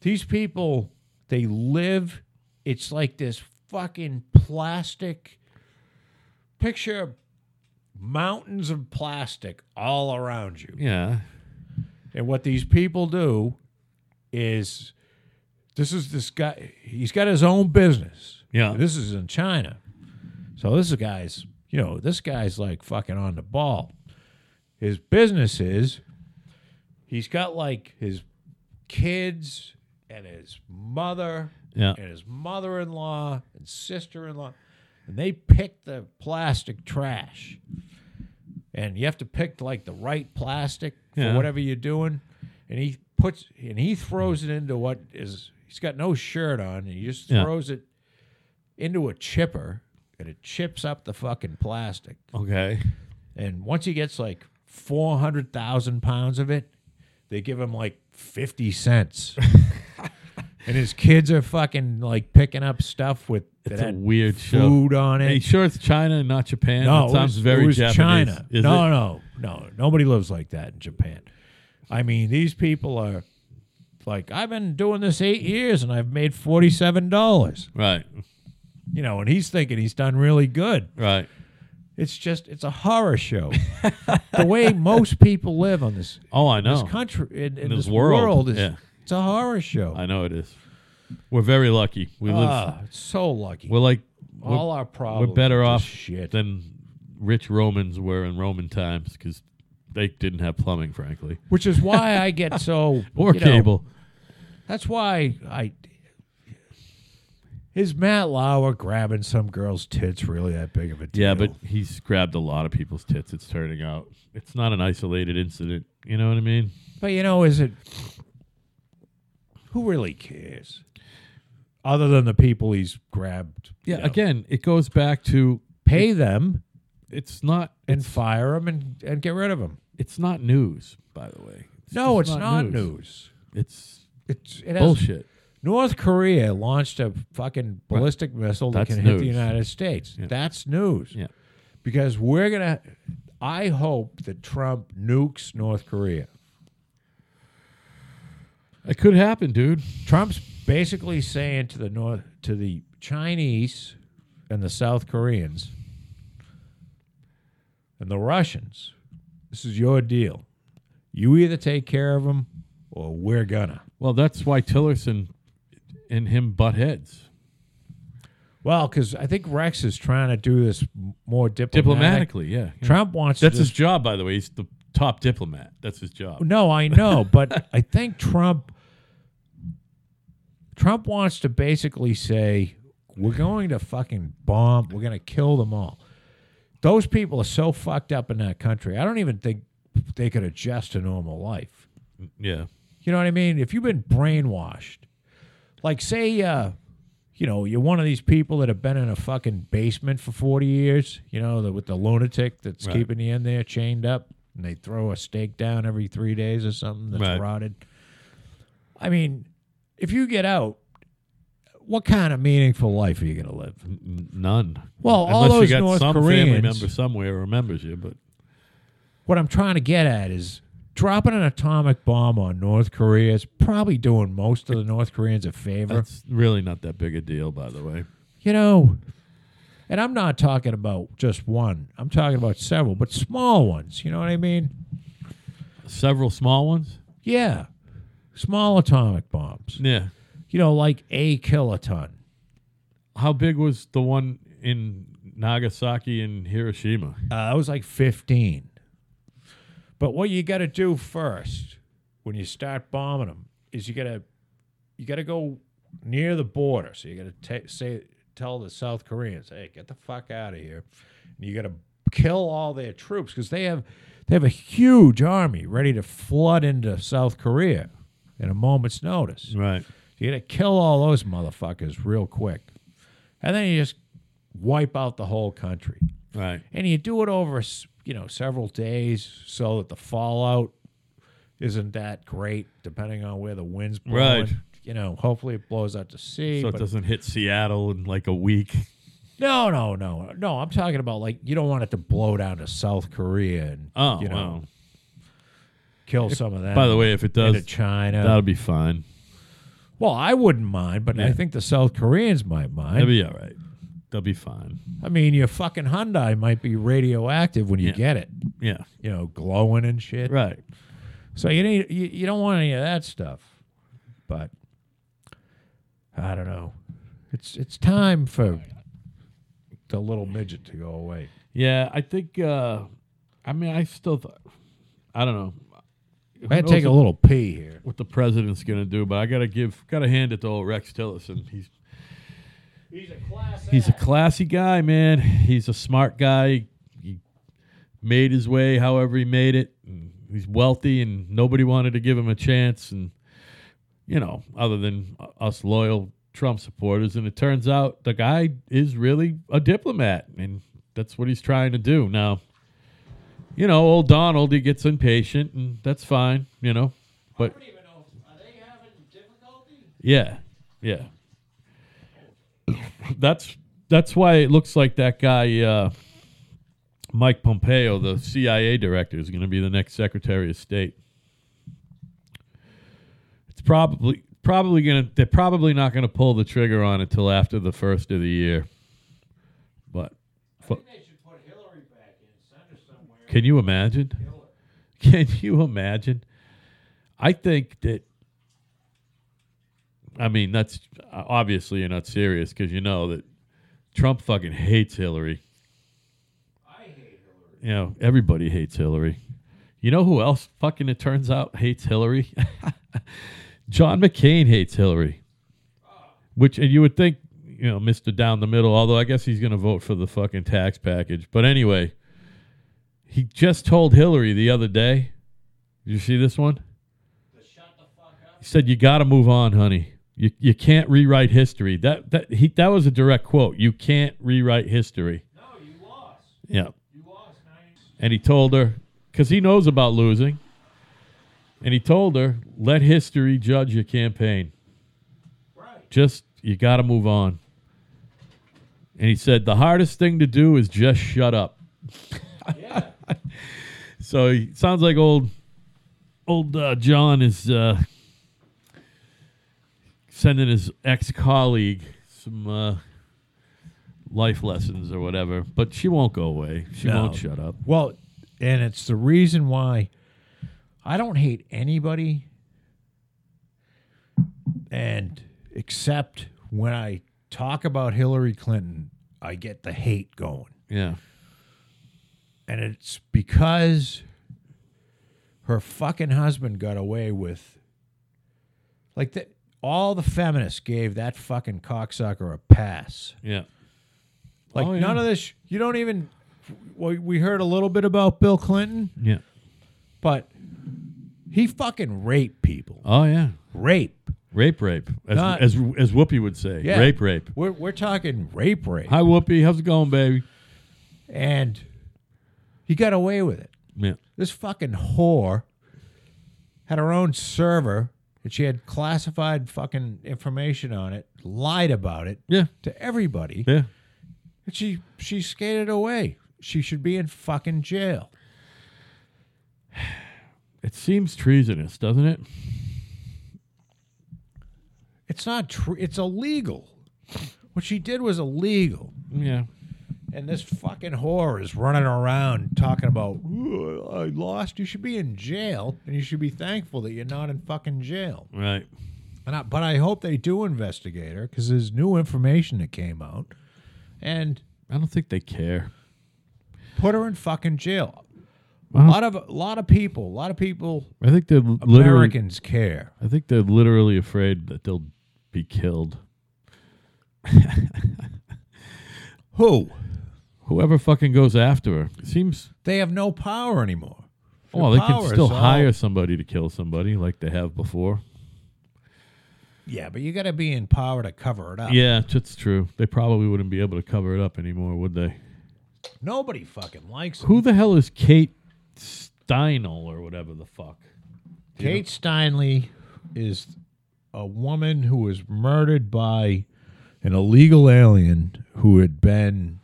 These people, they live. It's like this fucking plastic. Picture mountains of plastic all around you.
Yeah.
And what these people do is this is this guy, he's got his own business.
Yeah.
This is in China. So this guy's, you know, this guy's like fucking on the ball. His business is he's got like his kids and his mother
Yeah.
and his mother in law and sister in law. And they pick the plastic trash and you have to pick like the right plastic for
Yeah.
whatever you're doing. And he puts and he throws it into what is he's got no shirt on, and he just
Yeah.
throws it into a chipper, and it chips up the fucking plastic.
Okay.
And once he gets like 400,000 pounds of it, they give him like 50 cents. and his kids are fucking like picking up stuff with
It's
that
a weird show.
food on
Are you
it.
sure it's China and not Japan?
no,
that
it
sounds
was,
very
it was
Japanese.
China.
Is
no,
it?
no, no. Nobody lives like that in Japan. I mean, these people are like, I've been doing this eight years and I've made $47.
Right,
You know, and he's thinking he's done really good.
right.
It's just, it's a horror show. the way most people live on this
Oh, I know.
this country in, in
this
this,
world,
world, is
yeah.
it's a horror show.
I know it is. We're very lucky. We live.
Ah, it's so lucky.
We're like we're-
All our problems.
better
are
off
just Shit.
than rich Romans were in Roman times because they didn't have plumbing, frankly,
Which is why I get so
or
you know,
cable.
that's why I. Is Matt Lauer grabbing some girl's tits really that big of a deal?
Yeah, but he's grabbed a lot of people's tits. It's turning out it's not an isolated incident. You know what I mean?
but you know, is it? Who really cares? Other than the people he's grabbed, you know.
Again, it goes back to
pay them
it's not
and fire them and, and get rid of them.
it's not news. By the way,
No,
just
it's not news.
It's
It's it has
bullshit.
North Korea launched a fucking ballistic missile that
That's
can hit the
news.
United States. That's news.
Yeah.
Because we're going to. I hope that Trump nukes North Korea.
It could happen, dude.
Trump's basically saying to the North, to the Chinese and the South Koreans and the Russians, this is your deal. You either take care of them or we're gonna.
Well, that's why Tillerson and him butt heads
Well, because I think Rex is trying to do this m- more diplomatic.
diplomatically. Yeah, yeah.
Trump wants
that's
to
his job, by the way. He's the top diplomat. That's his job.
No, I know, but I think Trump Trump wants to basically say we're going to fucking bomb, we're going to kill them all. Those people are so fucked up in that country. I don't even think they could adjust to normal life.
Yeah,
You know what I mean? If you've been brainwashed, like say, uh, you know, you're one of these people that have been in a fucking basement for 40 years, you know, the, with the lunatic that's
Right.
keeping you in there chained up, and they throw a stake down every three days or something that's
Right.
rotted. I mean, if you get out, what kind of meaningful life are you going to live?
N- n- none.
Well, all
unless you
those
got
North
some family
Koreans-
member somewhere who remembers you, but
What I'm trying to get at is dropping an atomic bomb on North Korea is probably doing most of the North Koreans a favor.
that's really not that big a deal, by the way.
you know and i'm not talking about just one i'm talking about several but small ones you know what i mean
Several small ones.
yeah small atomic bombs
Yeah.
you know like a kiloton
How big was the one in Nagasaki and Hiroshima?
uh, i was like 15 but what you got to do first when you start bombing them is you got to you got to go near the border so you got to say tell the south koreans hey get the fuck out of here and you got to kill all their troops because they have they have a huge army ready to flood into south korea at a moment's notice
Right.
you got to kill all those motherfuckers real quick and then you just wipe out the whole country
Right.
and you do it over s- you know several days so that the fallout isn't that great depending on where the wind's blowing.
Right.
You know, hopefully it blows out to sea.
So it
but-
doesn't hit Seattle in like a week.
no, no, no, no. I'm talking about like you don't want it to blow down to South Korea and
Oh,
you know
wow.
kill some of them.
By the way, if it
into
does,
China.
that'll be fine.
well, I wouldn't mind, but
Yeah.
I think the South Koreans might
That'll
mind.
be all right. They'll be fine.
I mean, your fucking Hyundai might be radioactive when you
Yeah.
get it.
Yeah.
You know, glowing and shit.
Right.
So you need you, you don't want any of that stuff. But I don't know. It's it's time for the little midget to go away.
Yeah, I think. Uh, I mean, I still. Th- I don't know. Who
I had
knows
to take a little pee here.
What the president's gonna do, but I gotta give, gotta hand it to old Rex Tillerson. He's
He's a class.
he's a classy guy, man. He's a smart guy. He made his way however he made it. And he's wealthy, and nobody wanted to give him a chance, and you know, other than u- us loyal Trump supporters. And it turns out the guy is really a diplomat, and that's what he's trying to do now. You know, old Donald, he gets impatient, and that's fine, you know. But
don't even know. Are they having difficulty?
yeah, yeah. That's that's why it looks like that guy uh, Mike Pompeo, the CIA director, is going to be the next Secretary of State. It's probably probably going to they're probably not going to pull the trigger on it till after the first of the year. But
I think they should put Hillary back in, send her somewhere.
can you imagine?
Kill her.
Can you imagine? I think that. I mean, that's obviously you're not serious because you know that Trump fucking hates Hillary.
I hate Hillary.
You know, everybody hates Hillary. You know who else fucking it turns out hates Hillary? John McCain hates Hillary.
Ah.
Which and you would think, you know, Mr. Down the Middle, although I guess he's gonna vote for the fucking tax package. But anyway, he just told Hillary the other day. Did you see this one?
The shut the fuck up.
He said, "You got to move on, honey. You you can't rewrite history." That that he that was a direct quote. You can't rewrite history.
No, you lost.
Yeah,
You lost. Nine.
and he told her because he knows about losing, and he told her, "Let history judge your campaign.
Right.
Just you got to move on." And he said, "The hardest thing to do is just shut up."
Yeah.
So he sounds like old old uh, John is uh, sending his ex colleague some uh, life lessons or whatever. But she won't go away. She
No.
won't shut up.
Well, and it's the reason why I don't hate anybody, and except when I talk about Hillary Clinton, I get the hate going.
Yeah.
And it's because her fucking husband got away with, like, the, all the feminists gave that fucking cocksucker a pass.
Yeah.
Like
Oh, yeah.
none of this. You don't even. Well, we heard a little bit about Bill Clinton,
Yeah.
but he fucking raped people.
Oh yeah.
Rape.
Rape, rape, as
Not-
as, as Whoopi would say,
Yeah.
rape, rape.
We're we're talking rape, rape,
Hi, Whoopi. How's it going, baby?
and he got away with it.
Yeah,
This fucking whore had her own server, and she had classified fucking information on it. Lied about it
yeah,
to everybody.
yeah.
And she she skated away. She should be in fucking jail.
It seems treasonous, doesn't it?
It's not true. It's illegal. What she did was illegal.
Yeah,
And this fucking whore is running around talking about, "Ooh, I lost. You should be in jail. And you should be thankful that you're not in fucking jail.
right.
And I, but I hope they do investigate her because there's new information that came out and
I don't think they care.
put her in fucking jail. A
Well-
lot of a lot of people, a lot of people,
I think they're literally
Americans care.
I think they're literally afraid that they'll be killed.
Who?
Whoever fucking goes after her it seems.
They have no power anymore.
Well, they can
power
still
is all-
hire somebody to kill somebody like they have before.
Yeah, but you got to be in power to cover it up.
Yeah, that's true. They probably wouldn't be able to cover it up anymore, would they?
Nobody fucking likes her.
Who the hell is Kate Steinle or whatever the fuck?
Kate Steinle is a woman who was murdered by an illegal alien who had been.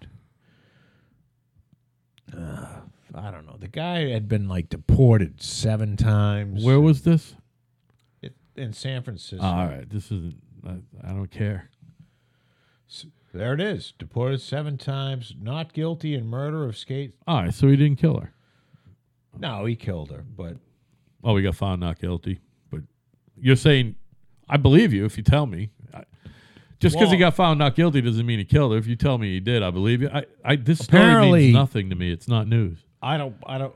Uh, I don't know. The guy had been like deported seven times
Where Uh, was this?
It- in San Francisco.
All right, this isn't. I, I don't care.
there it is. Deported seven times, not guilty in murder of skate.
All right, so he didn't kill her.
No, he killed her, but
Oh, we got found not guilty. But you're saying, I believe you if you tell me. I, just because he
Well-
got found not guilty doesn't mean he killed her. If you tell me he did, I believe you. I, I this story
Apparently-
means nothing to me. It's not news.
I don't. I don't.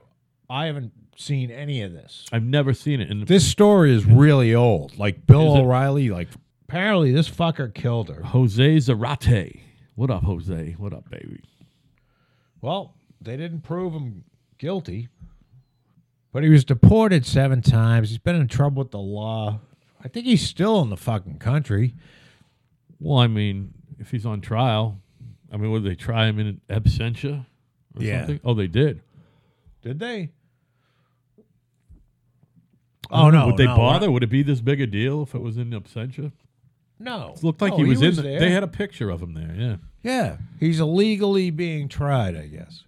I haven't seen any of this.
I've never seen it. And
This story is really old. Like Bill
Is it-
O'Reilly, like apparently this fucker killed her.
Jose Zarate, what up, Jose? What up, baby?
Well, they didn't prove him guilty, but he was deported seven times. He's been in trouble with the law. I think he's still in the fucking country.
Well, I mean, if he's on trial, I mean, would they try him in absentia or
Yeah.
something? Oh, they did.
Did they? Oh no!
Would they
no,
bother? Would it be this big a deal if it was in absentia?
No.
It looked like
No,
he was, in.
Oh,
The,
there.
they had a picture of him there. Yeah.
yeah, he's illegally being tried, I guess.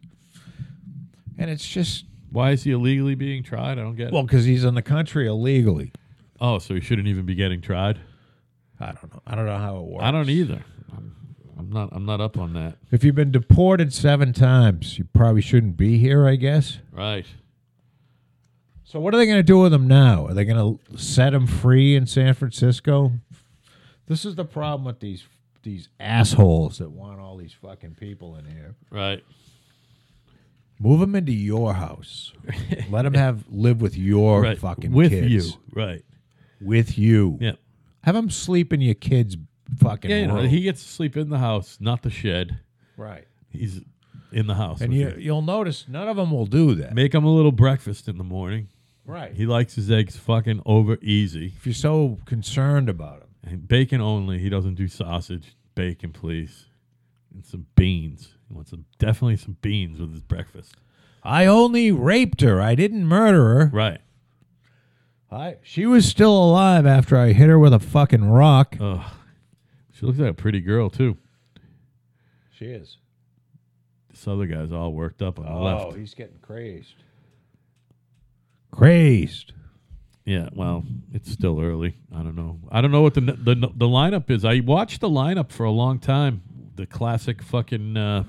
And it's just
Why is he illegally being tried? I don't get. it.
well because he's in the country illegally.
oh, so he shouldn't even be getting tried.
I don't know. I don't know how it works.
I don't e- either. I'm, I'm not. I'm not up on that.
If you've been deported seven times, you probably shouldn't be here, I guess.
Right.
So what are they going to do with him now? Are they going to set him free in San Francisco? This is the problem with these these assholes that want all these fucking people in here.
Right.
Move them into your house. Let them have live with your
Right.
fucking
with
kids.
you. Right.
With you.
Yeah.
Have them sleep in your kids' fucking
Yeah. You know,
room.
he gets to sleep in the house, not the shed.
right.
He's in the house.
And
with
you,
you.
you'll notice none of them will do that.
Make him a little breakfast in the morning.
Right.
He likes his eggs fucking over easy.
if you're so concerned about them.
And bacon only. He doesn't do sausage. Bacon, please. And some beans. He wants some definitely some beans with his breakfast.
I only raped her. I didn't murder her.
Right.
I, she was still alive after I hit her with a fucking rock.
Ugh. She looks like a pretty girl too.
She is.
This other guy's all worked up on the
Oh,
left.
he's getting crazed. Crazed.
Yeah, well, it's still early. I don't know. I don't know what the the the lineup is. I watched the lineup for a long time. The classic fucking uh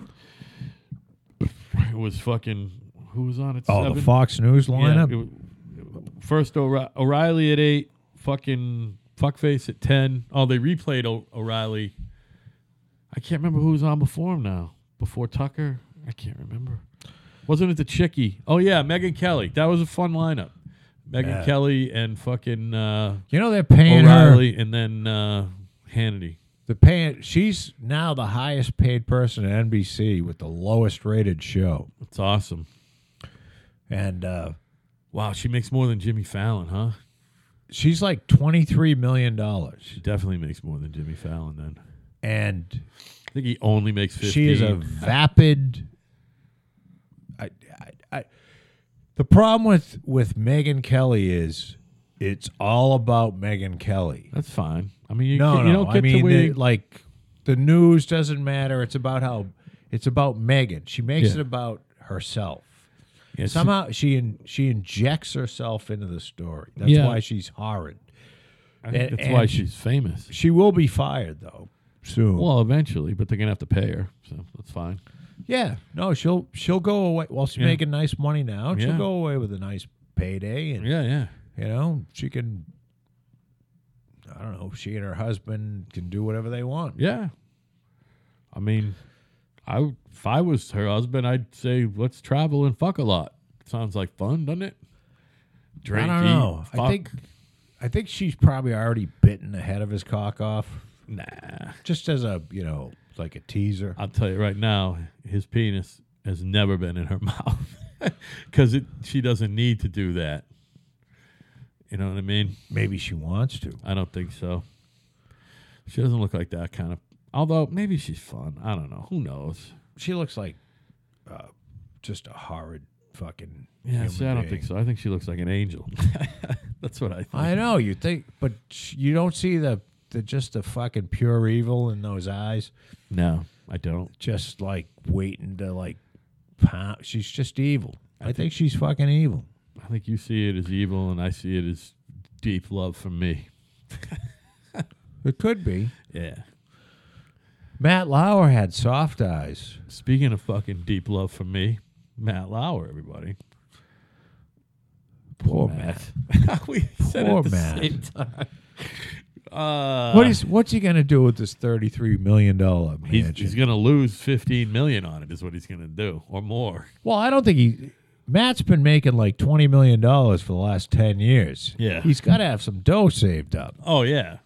it was fucking who was on it?
Oh,
Seven?
the Fox News lineup.
it was- first O'Ri- O'Reilly at eight, fucking fuckface at ten. Oh, they replayed o- O'Reilly. I can't remember who was on before him now. Before Tucker, I can't remember. Wasn't it the chickie? Oh yeah, Megan Kelly. That was a fun lineup. Megan
Yeah.
Kelly and fucking uh,
you know they're paying her.
O'Reilly, and then uh, Hannity.
The paying. She's now the highest paid person at NBC with the lowest rated show.
It's awesome.
And uh,
Wow, she makes more than Jimmy Fallon, huh?
she's like twenty three million dollars.
She definitely makes more than Jimmy Fallon. Then
And
I think he only makes fifteen.
She is a vapid. I, I, I, the problem with with Megan Kelly is it's all about Megan Kelly.
That's fine. I mean, you,
No,
ca-
no,
you don't get
I mean
to where
the-
you-
like the news doesn't matter. It's about how it's about Megan. She makes
Yeah.
it about herself.
Yeah, she-
Somehow she in, she injects herself into the story. That's
Yeah.
why she's horrid.
I think
and-
that's why
and-
she's famous.
She will be fired though soon.
Well, eventually, but they're gonna have to pay her, so that's fine.
Yeah, no, she'll she'll go away. Well, she's
Yeah.
making nice money now. She'll
Yeah.
go away with a nice payday, and
Yeah, yeah,
you know she can. I don't know. She and her husband can do whatever they want.
yeah. I mean, I would- if I was her husband, I'd say let's travel and fuck a lot. Sounds like fun, doesn't it? Drink,
I don't
eat,
know. I
fuck.
think, I think she's probably already bitten the head of his cock off,
nah.
just as a you know like a teaser.
I'll tell you right now, his penis has never been in her mouth because she doesn't need to do that. You know what I mean?
Maybe she wants to.
I don't think so. She doesn't look like that kind of. Although maybe she's fun. I don't know. Who knows?
She looks like, uh, just a horrid fucking.
Yeah,
human
see, I don't
being.
think so. I think she looks like an angel. That's what I think.
I know you think, but sh- you don't see the, the just the fucking pure evil in those eyes.
no, I don't.
Just like waiting to like, pound. she's just evil. I think she's fucking evil.
I think you see it as evil, and I see it as deep love from me.
It could be.
Yeah.
Matt Lauer had soft eyes.
Speaking of fucking deep love from me, Matt Lauer, everybody.
Poor
Matt. we said it
Poor
at the
Matt.
same time. Uh,
What is what's he gonna do with this thirty three million dollar
He's,
mansion?
he's gonna lose fifteen million on it, is what he's gonna do, or more.
well, I don't think he. Matt's been making like twenty million dollars for the last ten years.
Yeah.
he's got to have some dough saved up.
Oh yeah.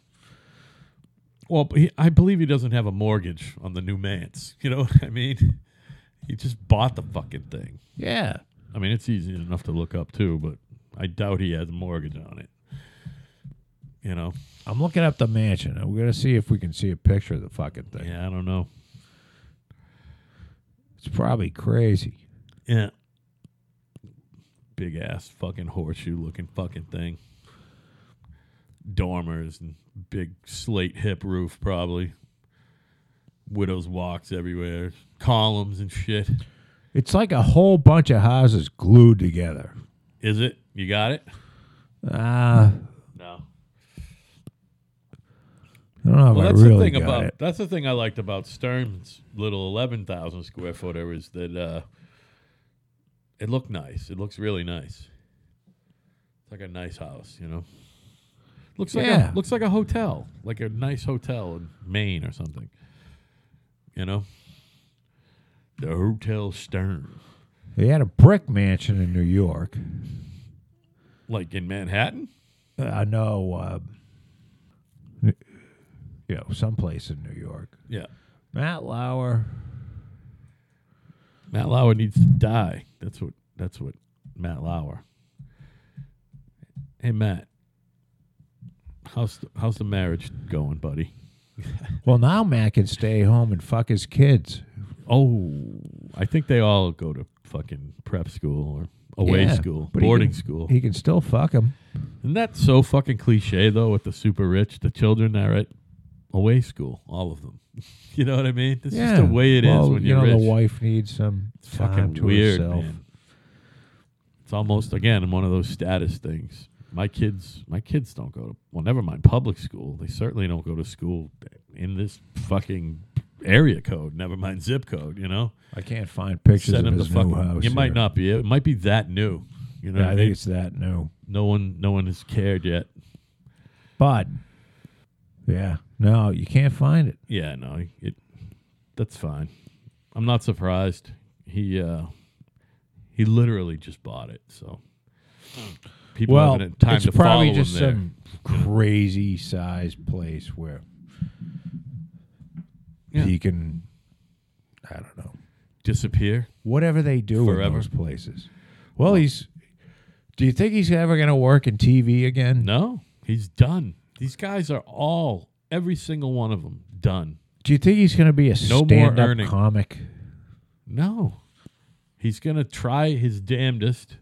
Well, but he, I believe he doesn't have a mortgage on the new manse. You know what I mean? He just bought the fucking thing.
Yeah.
I mean, it's easy enough to look up too, but I doubt he has a mortgage on it. You know?
I'm looking up the mansion. We're gonna see if we can see a picture of the fucking thing.
Yeah, I don't know.
It's probably crazy.
Yeah. Eh. Big ass fucking horseshoe looking fucking thing. Dormers and big slate hip roof, probably. Widow's walks everywhere, columns and shit.
It's like a whole bunch of houses glued together.
Is it? You got it?
Ah,
No.
I don't know if
Well,
I
that's
really
the thing
got
about
it.
that's the thing I liked about Stern's little eleven thousand square footer is that uh, it looked nice. It looks really nice. It's like a nice house, you know. Looks like
Yeah.
a, looks like a hotel, like a nice hotel in Maine or something. You know, the Hotel Stern,
They had a brick mansion in New York.
like in Manhattan.
I know, uh, you know, someplace in New York.
Yeah,
Matt Lauer.
Matt Lauer needs to die. That's what. That's what. Matt Lauer. Hey Matt, how's the, how's the marriage going, buddy?
Well, now Matt can stay home and fuck his kids.
Oh, I think they all go to fucking prep school or away
Yeah,
school,
but he
boarding
can-
school.
He can still fuck him.
Isn't that so fucking cliche though? With the super rich, the children are at away school, all of them. you know what I mean? This is the way it is
Well,
when
you
you're
know
rich.
the wife needs some
It's
time
fucking
to
weird,
herself.
man. It's almost again one of those status things. My kids, my kids don't go to well, never mind public school. They certainly don't go to school in this fucking area code. Never mind zip code. You know,
I can't find pictures
Send
of
'em
his
to
new
fucking.
house.
you might
here.
not be. It might be that new. You know,
Yeah,
what
I
I
think
mean?
it's that new.
no one, no one has cared yet.
But yeah, no, you can't find it.
Yeah, no, it. That's fine. I'm not surprised. He uh, he literally just bought it, so people
well,
haven't had time
it's
to follow
probably
him
just
there.
some crazy size place where
Yeah.
he can. I don't know.
disappear.
Whatever they do in
Forever.
those places. Well, he's. Do you think he's ever going to work in TV again?
No, he's done. These guys are all, every single one of them, done.
Do you think he's going to be a
more
stand-up
earning.
comic?
No, he's gonna try his damnedest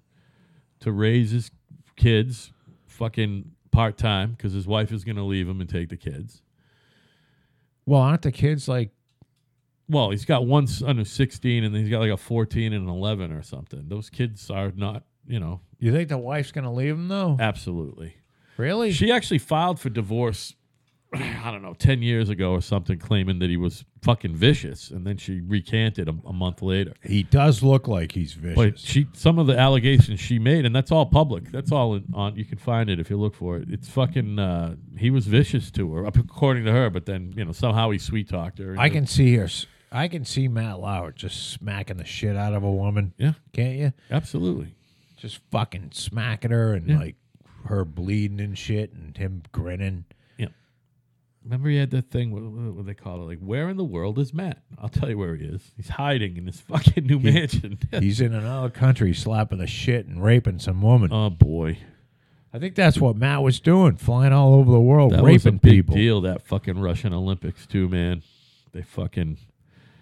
to raise his kids, fucking part time, because his wife is gonna leave him and take the kids.
Well, aren't the kids like?
Well, he's got one son who's 16, and then he's got like a 14 and an 11 or something. Those kids are not, you know,
You think the wife's going to leave him though?
absolutely.
Really?
She actually filed for divorce, I don't know, 10 years ago or something, claiming that he was fucking vicious. And then she recanted a, a month later.
he does look like he's vicious.
But she, some of the allegations she made, and that's all public. That's all in, on, you can find it if you look for it. It's fucking, uh, he was vicious to her, according to her, but then, you know, somehow he sweet talked her.
I can see her. s- I can see Matt Lauer just smacking the shit out of a woman.
Yeah,
Can't you?
absolutely.
Just fucking smacking her and like her bleeding and shit and him grinning.
Remember, he had that thing. What, what, what they call it? Like, where in the world is Matt? I'll tell you where he is. He's hiding in his fucking new mansion.
He's in another country slapping the shit and raping some woman.
oh boy,
I think that's what Matt was doing, flying all over the world,
that
raping
was a big
people.
deal. That fucking Russian Olympics too, man. They fucking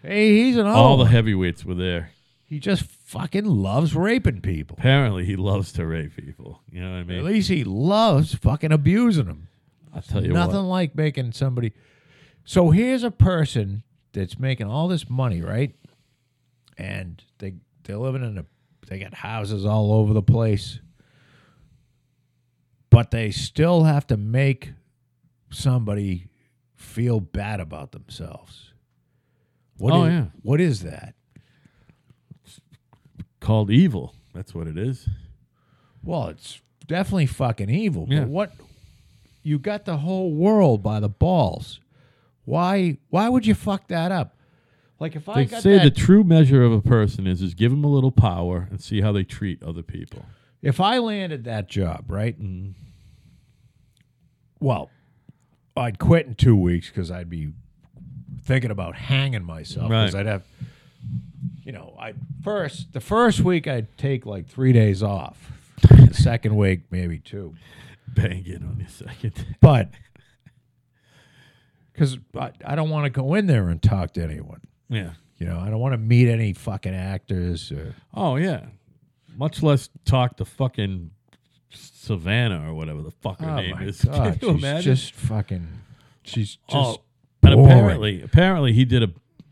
Hey, he's an
all
all.
the heavyweights were there.
he just fucking loves raping people.
Apparently, he loves to rape people. You know what I mean?
At least he loves fucking abusing them.
I'll tell you
Nothing
what.
like making somebody. So here's a person that's making all this money, right? And they they're living in a they got houses all over the place, but they still have to make somebody feel bad about themselves. What
Oh,
is-
yeah.
What is that?
Called evil. That's what it is.
Well, it's definitely fucking evil.
Yeah.
But what you got the whole world by the balls. Why why would you fuck that up? Like if I
They
got
say
that,
the true measure of a person is is give them a little power and see how they treat other people.
if I landed that job, right? Well, I'd quit in 2 weeks cuz I'd be thinking about hanging myself
Right.
cuz I'd have you know, I first the first week I'd take like three days off. the second week, maybe two.
Bang it on the second.
But because I, I don't want to go in there and talk to anyone.
Yeah.
You know, I don't want to meet any fucking actors. Or,
Oh yeah. Much less talk to fucking Savannah or whatever the fuck her
oh
name
my
is.
god,
Can you
she's
imagine?
just fucking. She's just.
oh, and
boring.
apparently, apparently he did a.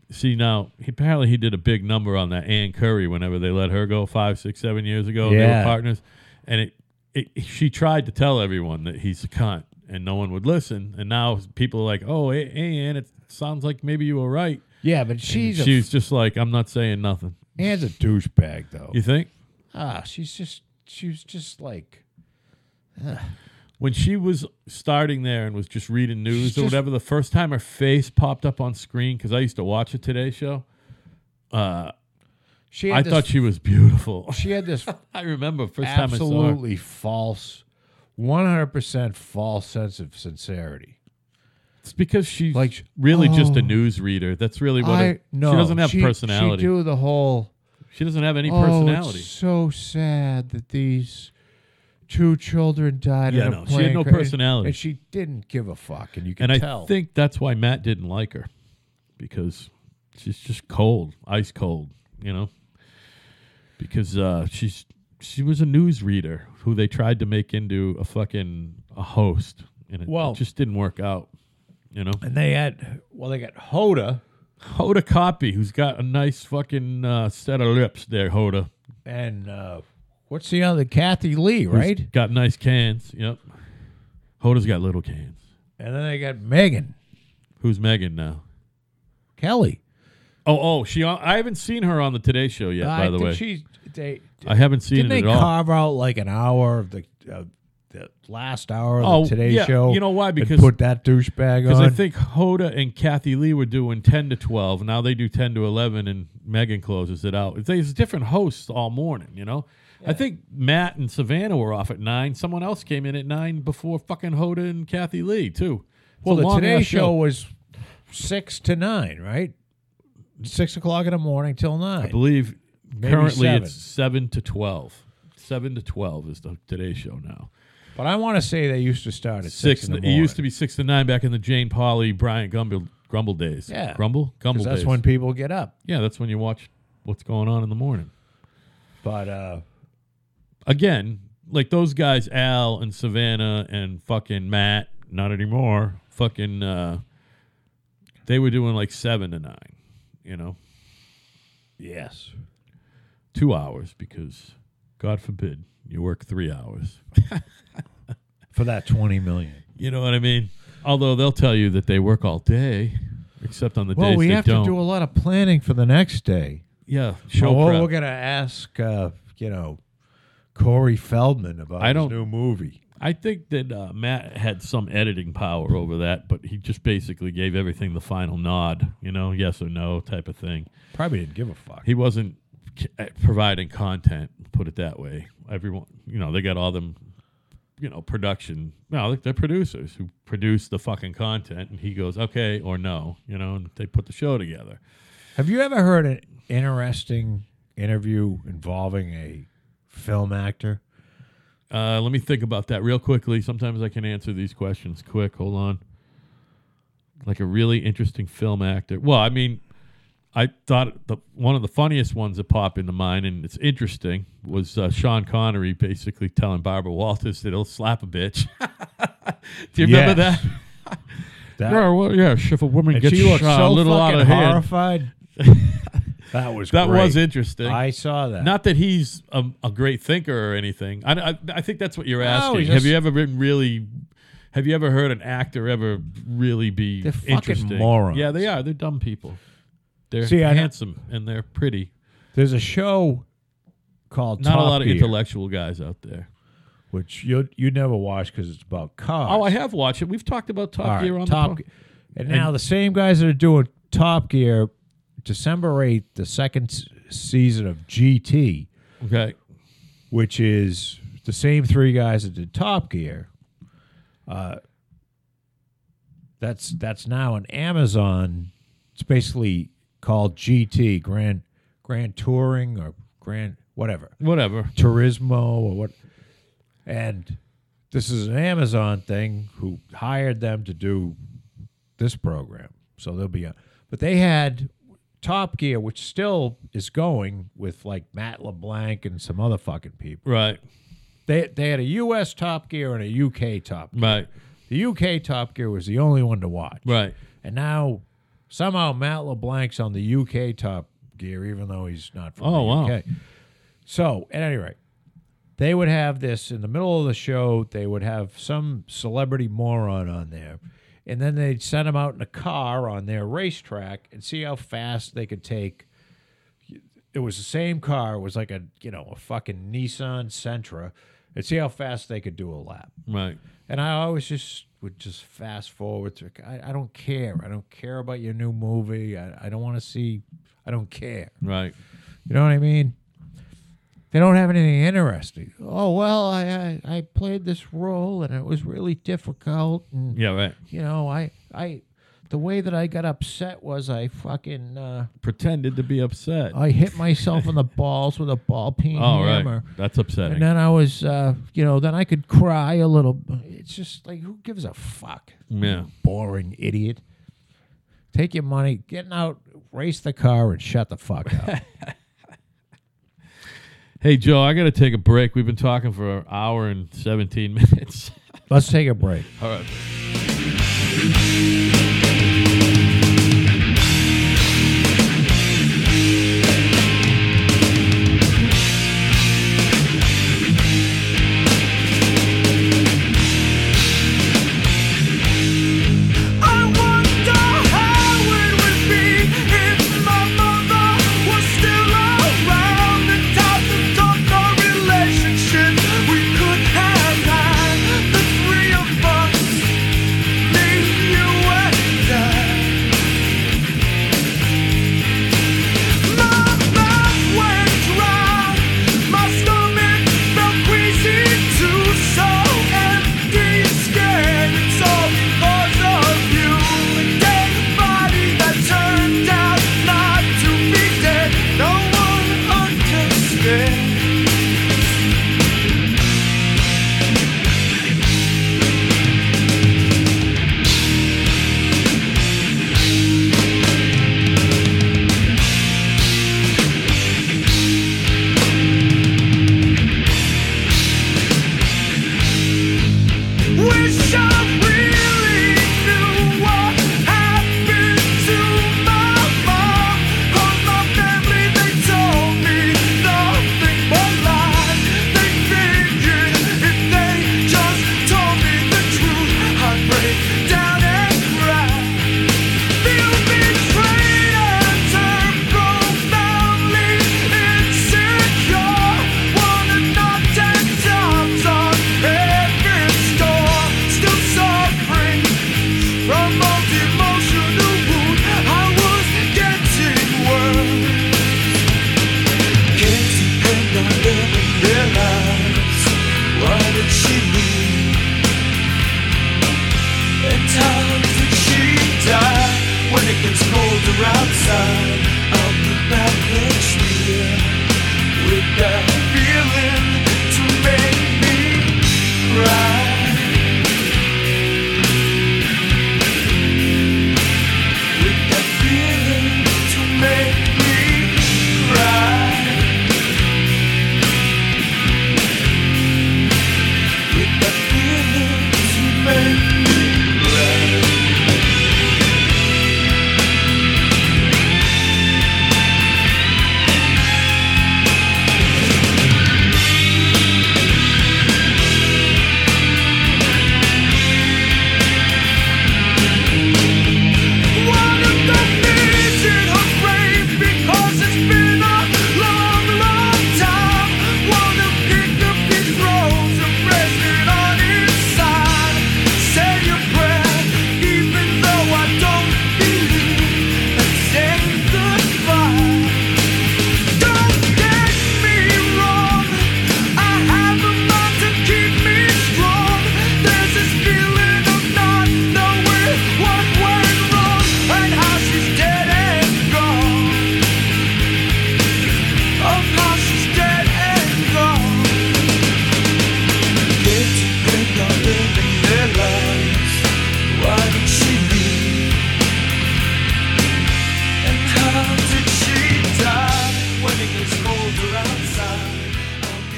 See now, he, apparently he did a big number on that Ann Curry whenever they let her go five, six, seven years ago. They were
Yeah.
partners, and it, it. She tried to tell everyone that he's a cunt, and no one would listen. And now people are like, "Oh, A- Ann, it sounds like maybe you were right."
Yeah, but she's a,
She was just like, "I'm not saying nothing."
Anne's a douchebag though.
You think?
Ah, she's just she was just like
when she was starting there and was just reading news
She's
or
just-
whatever, the first time her face popped up on screen because I used to watch a Today Show, uh,
she. Had
I
this,
thought she was beautiful.
she had this
I remember first time I saw her.
absolutely false, one hundred percent false sense of sincerity.
It's because she's
Like
like really just a
oh.
news reader. That's really what
I
it,
no,
she doesn't have
she,
personality.
She do the whole
she doesn't have any
oh,
personality.
It's so sad that these two children died.
Yeah,
in a
no, she had
plane
no
crash.
personality.
and she didn't give a fuck. And you can
And I
tell.
think that's why Matt didn't like her because she's just cold, ice cold, you know. Because uh, she's she was a news reader who they tried to make into a fucking a host, and it,
Well-
it just didn't work out, you know.
and they had well, they got Hoda
Hoda Copy, who's got a nice fucking uh, set of lips there, Hoda.
and uh, what's the other Kathy Lee,
who's
right?
Got nice cans. Yep. Hoda's got little cans.
And then they got Megan
Who's Megan now?
Kelly.
Oh, oh, she. I haven't seen her on the Today Show yet.
I
by the
think
way,
Uh, she they
I haven't seen
didn't
it
they
at all.
carve out like an hour of the uh, the last hour of
Oh,
the Today
yeah.
Show.
You know why?
and
Because-
put that douchebag
Because
on.
I think Hoda and Kathy Lee were doing 10 to 12. Now they do 10 to 11, and Megan closes it out. There's different hosts all morning, you know? I think Matt and Savannah were off at 9. Someone else came in at 9 before fucking Hoda and Kathy Lee, too. It's
well,
a
the
long
Today
ass
Show was six to nine, right? Six o'clock in the morning till
I
nine.
believe
Maybe
currently
seven.
it's 7 to 12. 7 to 12 is the Today Show now.
but I want to say they used to start at six,
Six.
in the
it
morning.
used to be 6 to 9 back in the Jane Pauley, Brian Gumble, Grumble days.
Yeah.
Grumble? Gumble
'Cause that's
days.
when people get up.
yeah, that's when you watch what's going on in the morning.
But uh,
again, like those guys, Al and Savannah and fucking Matt, not anymore. Fucking, uh, they were doing like seven to nine, you know,
yes,
two hours because, God forbid, you work three hours.
for that twenty million.
You know what I mean? Although they'll tell you that they work all day, except on the
Well,
days
we
they
have
don't.
to do a Oh, lot of planning for the next day.
yeah, show
well,
prep.
we're gonna ask, uh, you know, Corey Feldman about
I
his
don't-
new movie.
I think that uh, Matt had some editing power over that, but he just basically gave everything the final nod, you know, yes or no type of thing.
Probably didn't give a fuck.
he wasn't c- uh, providing content. Put it that way. Everyone, you know, they got all them, you know, production. No, they're- they're producers who produce the fucking content, and he goes okay or no, you know, and they put the show together.
Have you ever heard an interesting interview involving a film actor?
Uh, let me think about that real quickly. Sometimes I can answer these questions quick. Hold on. Like a really interesting film actor. Well, I mean, I thought the one of the funniest ones that pop into mind, and it's interesting, was uh, Sean Connery basically telling Barbara Walters that he'll slap a bitch. Do you remember
Yes.
that?
That,
Yeah, well, yeah. If a woman
and
gets
she looked
shot
so
a little out
fucking
of hand,
horrified. that was
that
great.
was interesting.
I saw that.
Not that he's a, a great thinker or anything. I, I, I think that's what you're asking.
he's
have
just-
you ever been really? Have you ever heard an actor ever really be
They're fucking
interesting?
morons.
Yeah, they are. They're dumb people. They're
See, I don't-
handsome and they're pretty.
There's a show called
Not
Top
a lot of
Gear,
intellectual guys out there.
which you you never watch because it's about cars.
Oh, I have watched it. We've talked about Top
All right,
Gear on
Top
the
Ge- And now the same guys that are doing Top Gear, December 8th, the second s- season of GT,
pro- Okay.
which is the same three guys that did Top Gear. Uh, that's that's now an Amazon. It's basically called GT Grand Grand Touring or Grand whatever.
Whatever.
Turismo or what. And this is an Amazon thing who hired them to do this program. So they'll be on. But they had Top Gear, which still is going with like Matt LeBlanc and some other fucking people.
Right.
They, they had a U.S. Top Gear and a UK Top Gear.
Right.
The UK Top Gear was the only one to watch.
Right.
And now somehow Matt LeBlanc's on the UK Top Gear, even though he's not from
Oh,
the
wow.
UK. So, at any rate, they would have this in the middle of the show. They would have some celebrity moron on there, and then they'd send them out in a car on their racetrack and see how fast they could take. It was the same car. It was like a you know a fucking Nissan Sentra, and see how fast they could do a lap.
Right.
And I always just would just fast forward to. I, I don't care. I don't care about your new movie. I, I don't want to see. I don't care.
Right.
You know what I mean? They don't have anything interesting. Oh well, I I, I played this role and it was really difficult. And
Yeah. Right.
you know, I I the way that I got upset was I fucking uh,
Pretended to be upset.
I hit myself in the balls with a ball peen
All Oh, right.
hammer.
That's upsetting.
And then I was, uh, you know, then I could cry a little. b- It's just like, who gives a fuck?
yeah.
boring idiot. Take your money, getting out, race the car, and shut the fuck up.
Hey Joe, I got to take a break. We've been talking for an hour and 17 minutes.
Let's take a break.
All right.
I wonder how it would be if my mother was still around and type of relationship we could have had. The three of us, me, you, and I. My mouth went dry, my stomach felt queasy too, so empty, scared. It's all because of you. Dead body that turned out not to be dead. No one understands. Wish I really knew what happened to my mom. Cause my family, they told me nothing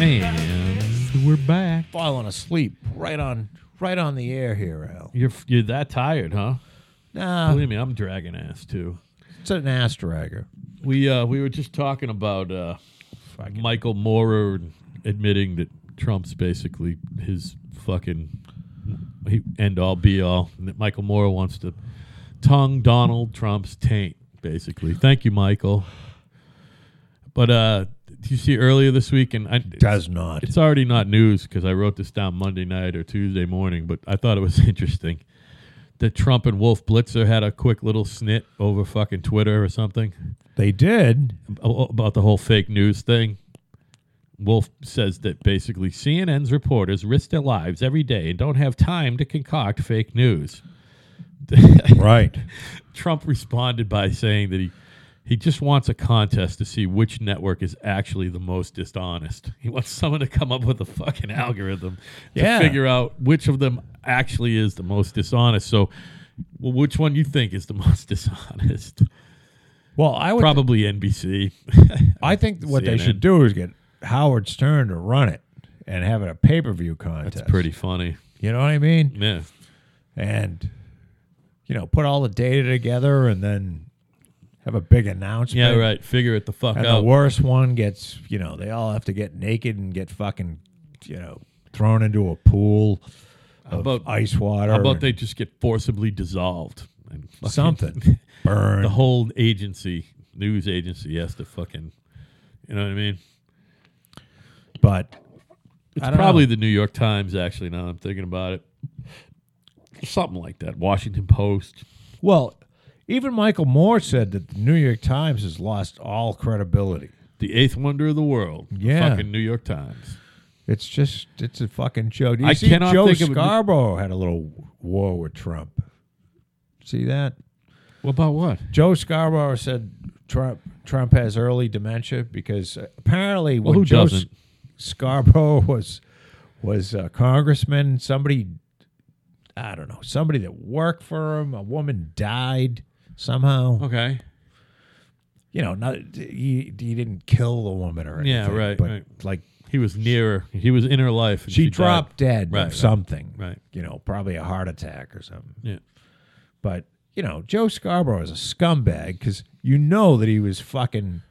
And we're back.
Falling asleep right on right on the air here, Al.
You're you're that tired, huh?
Nah,
Believe me, I'm dragging ass too.
it's an ass dragger.
We uh we were just talking about uh Michael Moore admitting that Trump's basically his fucking he end all be all. And that Michael Moore wants to tongue Donald Trump's taint, basically. Thank you, Michael. But uh did you see earlier this week and I
Does not.
it's already not news because I wrote this down Monday night or Tuesday morning, but I thought it was interesting that Trump and Wolf Blitzer had a quick little snit over fucking Twitter or something
They did.
a- about the whole fake news thing. Wolf says that basically CNN's reporters risk their lives every day and don't have time to concoct fake news.
Right.
Trump responded by saying that he he just wants a contest to see which network is actually the most dishonest. He wants someone to come up with a fucking algorithm to
Yeah.
figure out which of them actually is the most dishonest. So, well, which one you think is the most dishonest?
Well, I would
Probably NBC.
I think what they
CNN.
should do is get Howard Stern to run it and have it a pay per view contest.
That's pretty funny.
You know what I mean?
Yeah.
And you know, put all the data together and then have a big announcement.
Yeah, right. Figure it the fuck
And the
out.
worst one gets, you know, they all have to get naked and get fucking, you know, thrown into a pool of
about-
ice water.
How about
and
they just get forcibly dissolved? And fucking-
something burn?
the whole agency, news agency, has to fucking, you know what I mean?
but
It's
I don't
probably
know.
the New York Times, actually, now that I'm thinking about it. Something like that. Washington Post.
well, even Michael Moore said that the New York Times has lost all credibility.
The eighth wonder of the world. the
Yeah.
fucking New York Times.
It's just it's a fucking joke. Do you
I
see
cannot
Joe
think of a-
Scarborough had a little war with Trump. See that?
What about what?
Joe Scarborough said Trump Trump has early dementia because apparently
Well,
when
who
Joe S-
doesn't?
Scarborough was was a congressman, somebody I don't know, somebody that worked for him, a woman died somehow.
Okay.
You know, not he, he didn't kill the woman or anything.
Yeah, right,
But
right.
like
He was nearer. He was in her life. and
she,
died.
dropped dead
Right,
of
right,
something.
right.
You know, probably a heart attack or something.
Yeah.
But you know, Joe Scarborough is a scumbag because you know that he was fucking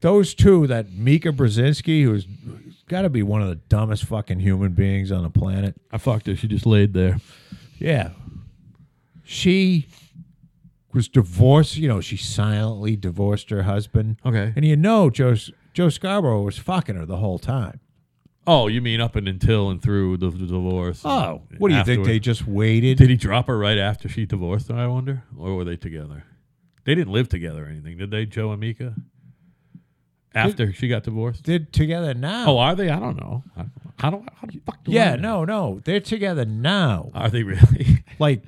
those two. That Mika Brzezinski, who's got to be one of the dumbest fucking human beings on the planet.
I fucked her. She just laid there.
Yeah, she was divorced. You know, she silently divorced her husband.
Okay.
and you know, Joe Joe Scarborough was fucking her the whole time.
Oh, you mean up and until and through the, the divorce?
Oh, what do you think?
Afterward.
They just waited.
Did he drop her right after she divorced her, I wonder? Or were they together? They didn't live together or anything, did they, Joe and Mika? After she got divorced?
They're together now.
Oh, are they? I don't know. I- How do how the fuck do I
yeah,
know?
no, no, they're together now.
Are they really?
Like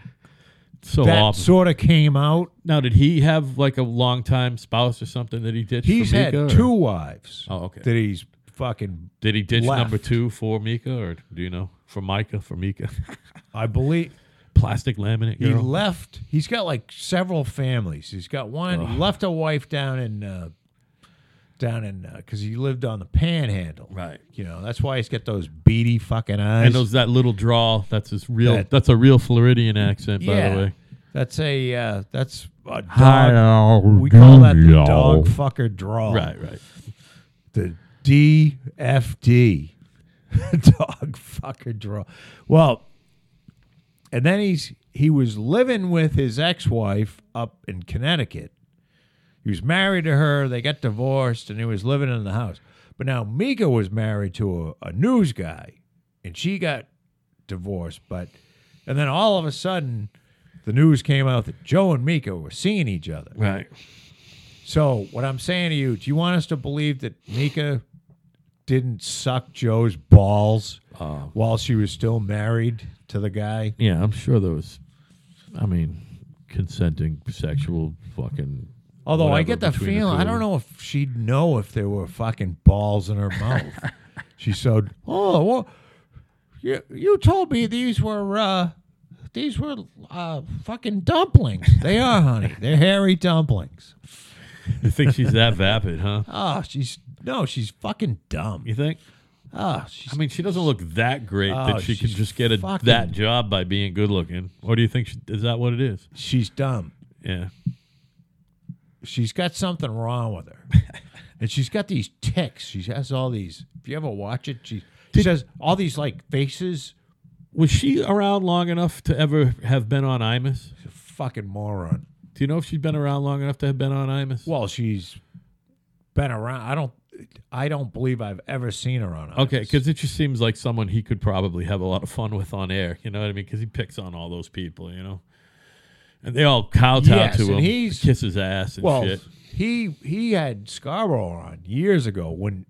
so
that
awful.
sort of came out.
now, did he have like a longtime spouse or something that he ditched
He's
for
had
Mika? or-
two wives
Oh, okay.
that he's fucking.
Did he ditch
left.
number two for Mika or do you know? For Micah, for Mika.
I believe
Plastic laminate
he
girl.
left. He's got like several families. He's got one. He left a wife down in, uh, down in, because he lived on the Panhandle.
Right.
You know that's why he's got those beady fucking eyes.
and those that little drawl, that's his real
That-
that's a real Floridian accent, by the way.
That's a uh, that's a dog. We call that the dog fucker draw.
Right, right.
the DFD, dog fucker draw. Well, and then he's he was living with his ex-wife up in Connecticut. He was married to her. They got divorced, and he was living in the house. But now Mika was married to a, a news guy, and she got divorced. But and then all of a sudden, the news came out that Joe and Mika were seeing each other.
Right.
So what I'm saying to you, do you want us to believe that Mika didn't suck Joe's balls
Oh.
while she was still married to the guy?
Yeah, I'm sure there was. I mean, consenting sexual fucking.
Although I
whatever
get the
between the
feeling, I
two.
don't know if she'd know if there were fucking balls in her mouth. she said, "Oh, well, you you told me these were uh, these were uh, fucking dumplings. They are, honey. They're hairy dumplings."
You think she's that vapid, huh?
Ah, she's No, she's fucking dumb.
You think?
Ah, she's
I mean, she doesn't look that great
Oh,
that she can
she's
just get a,
fucking-
that job by being good looking. Or do you think she, is that what it is?
she's dumb.
Yeah.
she's got something wrong with her. and she's got these ticks. She has all these. If you ever watch it, she, she has all these like faces.
Was she around long enough to ever have been on Imus?
She's a fucking moron.
Do you know if she's been around long enough to have been on Imus?
Well, she's been around. I don't. I don't believe I've ever seen her on.
Okay,
Ice.
because it just seems like someone he could probably have a lot of fun with on air. You know what I mean? Because he picks on all those people, you know, and they all kowtow
Yes,
to
and
him,
he's-
kiss his ass and
well,
shit.
he he had Scarborough on years ago when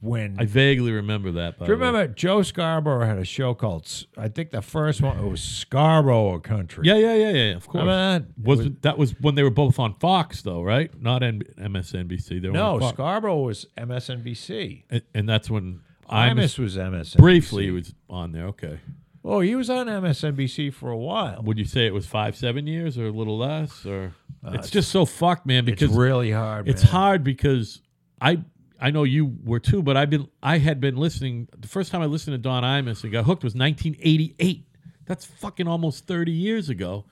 when.
I vaguely remember that. By
do you
the way.
remember Joe Scarborough had a show called S- I think the first one it was Scarborough Country.
Yeah, yeah, yeah, yeah. yeah, Of course.
Remember that? It
was,
was-
that was when they were both on Fox, though, right? Not N- MSNBC. They were
No,
on Fox.
Scarborough was MSNBC.
and, and that's when I
Imus was MSNBC.
briefly was on there. Okay,
Oh, he was on MSNBC for a while.
would you say it was five, seven years, or a little less, or it's just so fucked, man.
Uh, It's
Because
really hard.
It's
man.
hard because I I know you were too, but I've been I had been listening. The first time I listened to Don Imus and got hooked was 1988. That's fucking almost 30 years ago,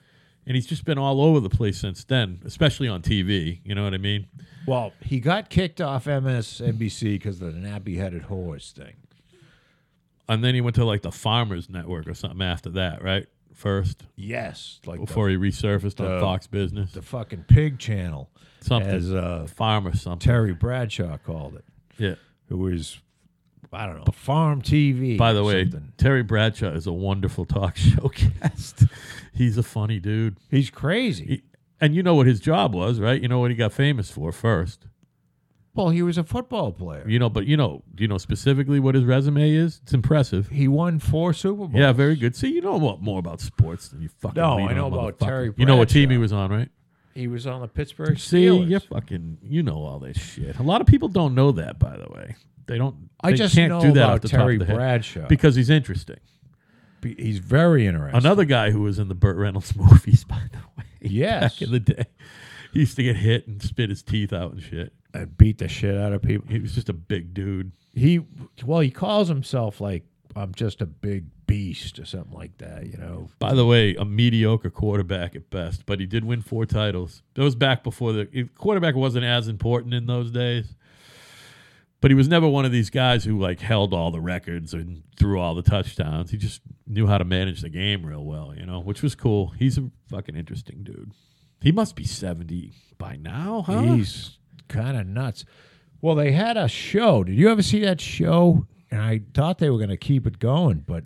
and he's just been all over the place since then, especially on TV. You know what I mean?
Well, he got kicked off MSNBC because of the nappy-headed horse thing.
And then he went to like the Farmers Network or something after that, right? First,
Yes, like the-
before he resurfaced on Fox Business,
the, fucking pig channel,
something
as uh,
Farmer something.
Terry Bradshaw called it.
yeah.
It was, I don't know, farm TV.
By
or
the way,
something.
Terry Bradshaw is a wonderful talk show guest. He's a funny dude.
he's crazy.
He- and you know what his job was, right? You know what he got famous for first.
well, he was a football player.
You know, but you know, do you know specifically what his resume is? It's impressive.
He won four Super Bowls.
Yeah, very good. See, you know what more about sports than you fucking.
No,
lead
I know
on,
about
motherfucker.
Terry
You know what team he
Bradshaw.
was on, right?
he was on the Pittsburgh
See,
Steelers.
you fucking, you know all this shit. A lot of people don't know that, by the way. They don't.
I
they
just
can't
know
do that
about
off the
Terry
top of the head
Bradshaw.
because he's interesting.
Be- He's very interesting.
Another guy who was in the Burt Reynolds movies, by the way.
Yes.
Back in the day, he used to get hit and spit his teeth out and shit.
and beat the shit out of people.
He was just a big dude.
He well, he calls himself like I'm just a big beast or something like that, you know.
By the way, a mediocre quarterback at best, but he did win four titles. That was back before the it- quarterback wasn't as important in those days. But he was never one of these guys who like held all the records and threw all the touchdowns. He just knew how to manage the game real well, you know, which was cool. He's a fucking interesting dude. He must be 70 by now, huh?
He's kind of nuts. Well, they had a show. Did you ever see that show? And I thought they were going to keep it going, but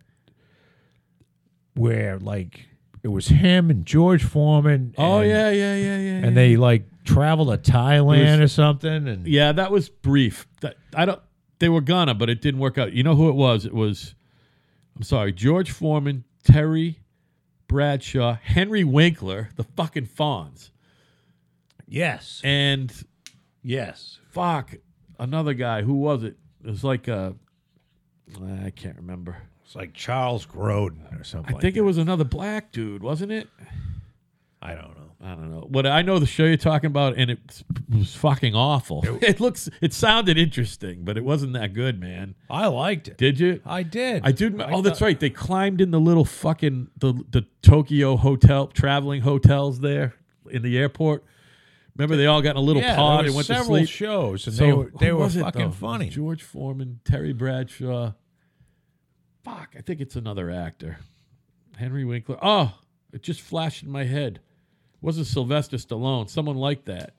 where like it was him and George Foreman.
oh
and-
yeah, yeah, yeah, yeah.
and they like traveled to Thailand
It
or something, and
Yeah, that was brief. That I don't. They were gonna, but it didn't work out. You know who it was? It was. I'm sorry, George Foreman, Terry Bradshaw, Henry Winkler, the fucking Fonz,
yes,
and
yes,
fuck another guy. Who was it? It was like uh, I can't remember.
it's like Charles Grodin or
I
something.
think it was another black dude, wasn't it?
I don't know.
I don't know. What I know the show you're talking about, and it was fucking awful. It looks, it sounded interesting, but it wasn't that good, man.
I liked it.
Did you?
I did.
I do. oh, that's
thought-
right. They climbed in the little fucking the the Tokyo hotel traveling hotels there in the airport. Remember, they all got in a little
Yeah,
pod and
there
went
was
to
several
sleep.
shows, and
So
they were they
who
were
was it,
fucking
though? It was
funny.
George Foreman, Terry Bradshaw. Fuck, I think it's another actor. Henry Winkler. Oh, it just flashed in my head. wasn't Sylvester Stallone? Someone like that.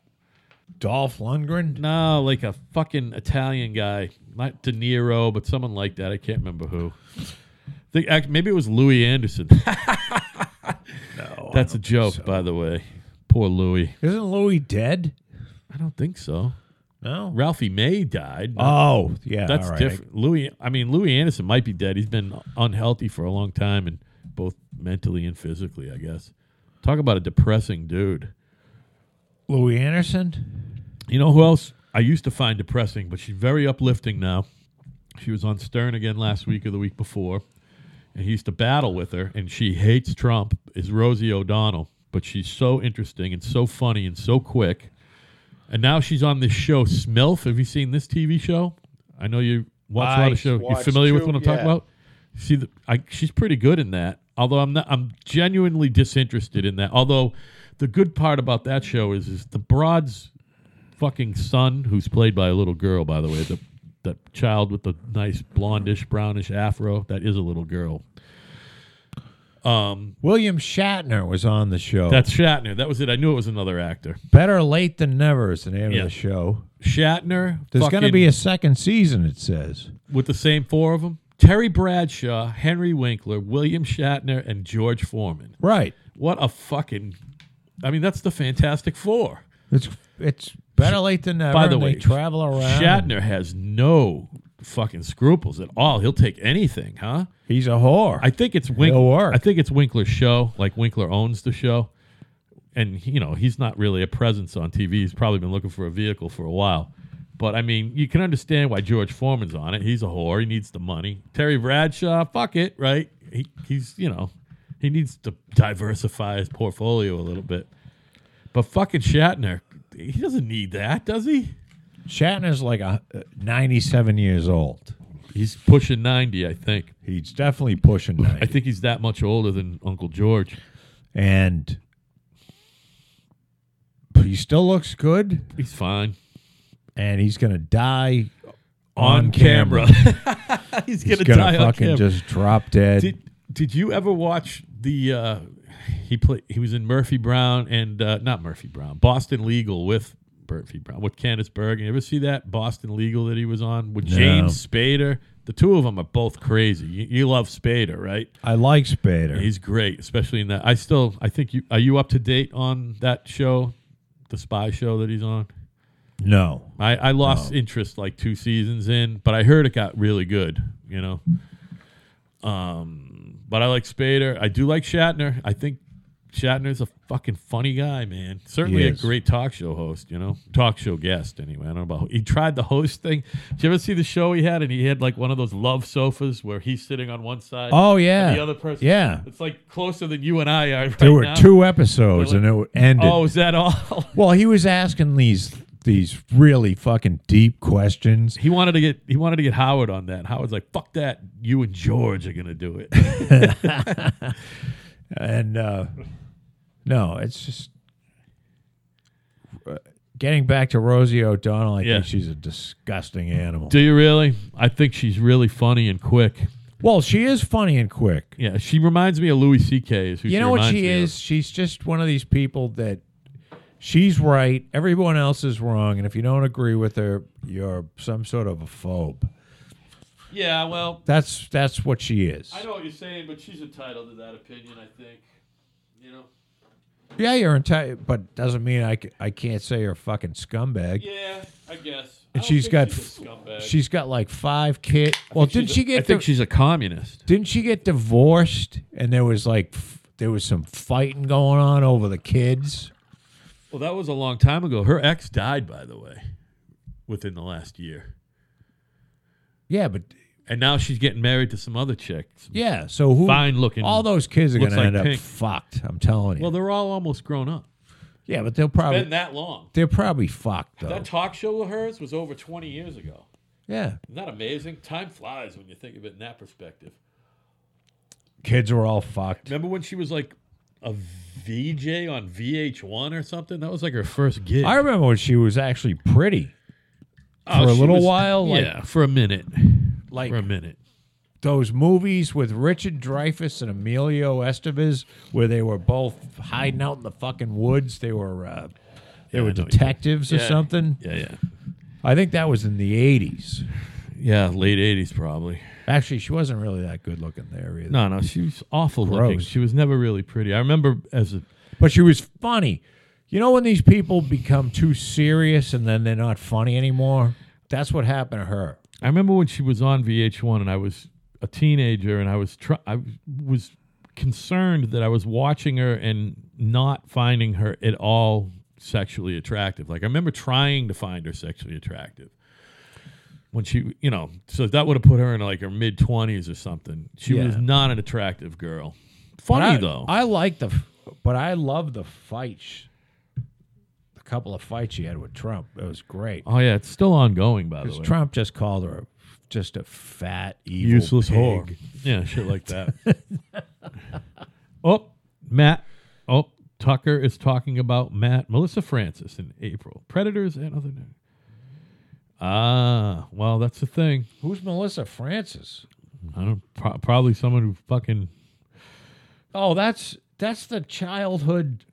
Dolph Lundgren.
No, like a fucking Italian guy, not De Niro, but someone like that. I can't remember who. Think, act- maybe it was Louis Anderson.
No,
That's a joke, by the way. Poor Louis.
isn't Louis dead?
I don't think so.
No.
Ralphie May died.
Oh yeah,
That's
all right.
different. Louis. I mean, Louis Anderson might be dead. He's been unhealthy for a long time, and both mentally and physically, I guess. Talk about a depressing dude.
Louis Anderson.
You know who else I used to find depressing, but she's very uplifting now. She was on Stern again last week or the week before, and he used to battle with her, and she hates Trump, is Rosie O'Donnell, but she's so interesting and so funny and so quick. And now she's on this show, Smilf. Have you seen this TV show? I know you watch a lot
I
of shows. You
watch
familiar with
two-
what I'm
yeah.
talking about? See, the, I, she's pretty good in that. Although I'm not, I'm genuinely disinterested in that. Although the good part about that show is, is the broad's fucking son, who's played by a little girl, by the way, the the child with the nice blondish, brownish afro, that is a little girl.
Oh. William Shatner was on the show.
That's Shatner. That was it. I knew it was another actor.
better late than never is the name
Yeah.
of the show.
Shatner.
There's going to
fucking-
be a second season. It says.
with the same four of them Terry Bradshaw, Henry Winkler, William Shatner, and George Foreman.
Right.
What a fucking. I mean, that's the Fantastic Four.
It's it's better late than never.
By the
and
way,
they travel around. and
Shatner has no fucking scruples at all. He'll take anything, huh?
He's a whore.
I think it's Winkler.
He'll work.
I think it's Winkler's show. Like Winkler owns the show, and he- you know he's not really a presence on TV. He's probably been looking for a vehicle for a while. But I mean, you can understand why George Foreman's on it. He's a whore. He needs the money. Terry Bradshaw, fuck it, right? He, he's you know he needs to diversify his portfolio a little bit. But fucking Shatner, he doesn't need that, does he?
Shatner's like a uh, 97 years old.
He's pushing ninety, I think.
He's definitely pushing 90.
I think he's that much older than Uncle George.
and but he still looks good.
He's fine.
And he's gonna die.
on,
On
camera.
camera.
He's
He's
gonna,
gonna
die on
fucking
camera.
just drop dead.
did Did you ever watch the? Uh, he played. He was in Murphy Brown and uh, not Murphy Brown, Boston Legal with Murphy Brown with Candice Bergen. You ever see that Boston Legal that he was on with James Spader? The two of them are both crazy. You, you love Spader, right?
I like Spader.
He's great, especially in that. I still, I think you are you up to date on that show, the spy show that he's on.
no.
I, I
Um,
lost interest like two seasons in, but I heard it got really good, you know. Um, but I like Spader. I do like Shatner. I think Shatner's a fucking funny guy, man. Certainly a
is.
great talk show host, you know. Talk show guest anyway. I don't know about he tried the host thing. Did you ever see the show he had and he had like one of those love sofas where he's sitting on one side
Oh yeah.
and the other person
Yeah.
It's like closer than you and I are. Right
There were
now.
two episodes,
They're
and it ended.
Oh, is that all?
Well, he was asking these these really fucking deep questions.
He wanted to get he wanted to get Howard on that. Howard's like, "Fuck that! You and George are gonna do it."
And uh, no, it's just uh, getting back to Rosie O'Donnell. I
Yeah.
think she's a disgusting animal.
do you really? I think she's really funny and quick.
well, she is funny and quick.
Yeah, she reminds me of Louis C.K. Is who
You know what
reminds
she
me of.
is? She's just one of these people that she's right, everyone else is wrong, and if you don't agree with her, you're some sort of a phobe.
Yeah, well,
That's that's what she is.
I know what you're saying, but she's entitled to that opinion. I think, you know.
Yeah, you're entitled, but doesn't mean I, c- I can't say you're a fucking scumbag.
Yeah, I guess.
And she's got f- she's got like five kids. Well, didn't she
I
get
think
di-
she's a communist.
didn't she get divorced? And there was like f- there was some fighting going on over the kids.
Well, that was a long time ago. Her ex died, by the way, within the last year,
Yeah, but
and now she's getting married to some other chick. some
yeah. So who?
Fine looking.
All those kids are
Looks
gonna
like
end up
pink.
fucked. I'm telling you.
Well, they're all almost grown up.
yeah, but they'll probably
Been that long.
they're probably fucked though.
That talk show of hers was over 20 years ago.
yeah,
Isn't that amazing? Time flies when you think of it in that perspective.
kids were all fucked.
Remember when she was like a VJ on VH1 or something? That was like her first gig.
I remember when she was actually pretty.
Oh,
for a
she
little while, like-
yeah, for a minute.
Like
For a minute.
those movies with Richard Dreyfuss and Emilio Estevez, where they were both hiding out in the fucking woods. They were uh, they
Yeah, I
were
know what you-
detectives or
Yeah.
something.
Yeah, yeah.
I think that was in the eighties.
Yeah, late 80s probably.
Actually, she wasn't really that good looking there either.
No, no, she was awful looking.
Gross.
She was never really pretty. I remember as a
But she was funny. You know when these people become too serious and then they're not funny anymore? That's what happened to her.
I remember when she was on VH1 and I was a teenager and I was try- I was concerned that I was watching her and not finding her at all sexually attractive. Like I remember trying to find her sexually attractive. When she, you know, so that would have put her in like her mid 20s or something. She was
Yeah.
not an attractive girl.
But
Funny
I,
though.
I like the, f- but I love the fight, sh- the couple of fights she had with Trump. It was great.
Oh yeah, it's still ongoing by the
Because
way.
Trump just called her a, just a fat, evil
Useless
pig.
whore. Yeah, shit like that. oh, Matt. Oh, Tucker is talking about Matt Melissa Francis in April. Predators and other. Ah, well, that's the thing.
Who's Melissa Francis?
I don't pro- probably someone who fucking
Oh, that's that's the childhood.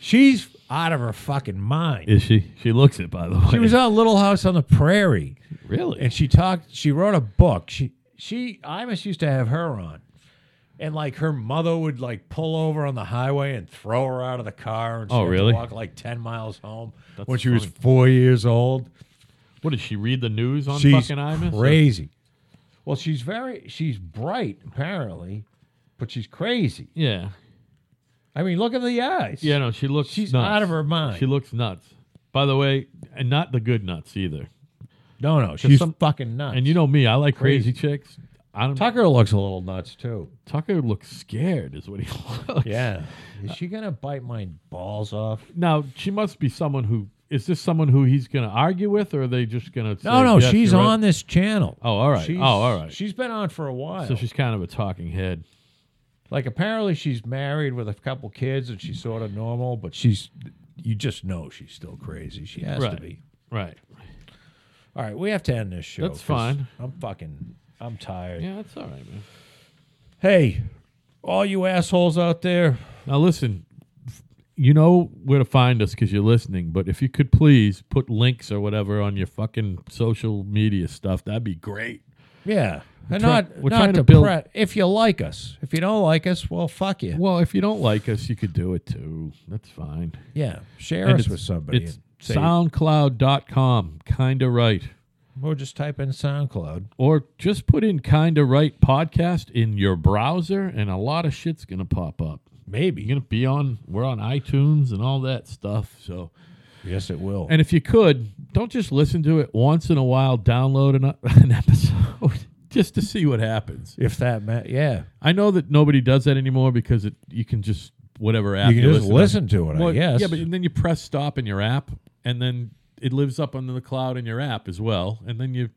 She's out of her fucking mind.
is she? She looks it by the way.
she was on Little House on the Prairie,
really.
and she talked. She wrote a book. She she Imus used to have her on, and like her mother would like pull over on the highway and throw her out of the car. And she
Oh,
had to
really?
walk like ten miles home
That's
when she was
funny.
four years old.
what did she read the news on
she's
fucking Imus?
crazy. Well, she's very she's bright apparently, but she's crazy.
Yeah.
I mean, look at the eyes.
Yeah, no, she looks
she's
nuts.
out of her mind.
She looks nuts. By the way, and not the good nuts either.
no, no, she's
some-
fucking nuts.
And you know me, I like crazy,
Crazy.
chicks. I don't
Tucker looks a little nuts too.
Tucker looks scared, is what he looks.
Yeah, is she gonna bite my balls off?
Now she must be someone who is this someone who he's going to argue with, or are they just going to?
No, no, she's on this channel.
Oh, all right.
She's-
oh, all right.
She's been on for a while.
so she's kind of a talking head.
like apparently she's married with a couple kids and she's sort of normal, but she's you just know she's still crazy. She has
Right.
to be.
Right.
All right, we have to end this show.
That's
'cause
fine.
I'm fucking. I'm tired.
Yeah, that's all right, man.
Hey, all you assholes out there,
Now listen, you know where to find us because you're listening. But if you could please put links or whatever on your fucking social media stuff, that'd be great.
yeah, and
try-
not
we're
not
trying to
to
build-
pre- If you like us, if you don't like us, well, fuck you.
Well, if you don't like us, you could do it too. That's fine.
yeah, share
And
us with somebody.
It's
and say-
soundcloud.com, kinda right.
or just type in SoundCloud.
Or just put in kinda right podcast in your browser and a lot of shit's gonna pop up. Maybe. You're gonna be on we're on iTunes and all that stuff. So
Yes, it will.
and if you could, don't just listen to it once in a while, download an, an episode just to see what happens.
if that meant, yeah,
I know that nobody does that anymore because it you can just whatever app
you can just
listen to.
listen to it.
Well,
I guess.
Yeah, but then you press stop in your app, and then it lives up under the cloud in your app as well. And then you,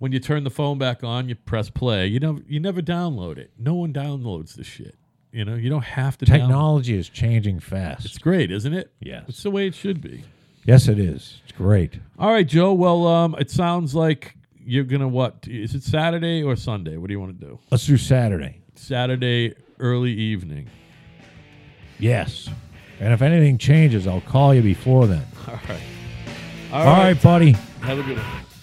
when you turn the phone back on, you press play. You know, you never download it. No one downloads the shit. You know, you don't have to. download-
technology is changing fast.
It's great, isn't it?
Yes.
it's the way it should be.
yes, it is. It's great.
All right, Joe. Well, um, it sounds like you're gonna what? Is it Saturday or Sunday? What do you want to do?
Let's do Saturday.
Saturday early evening.
Yes, and if anything changes, I'll call you before then.
All right.
All right buddy.
Have a good one.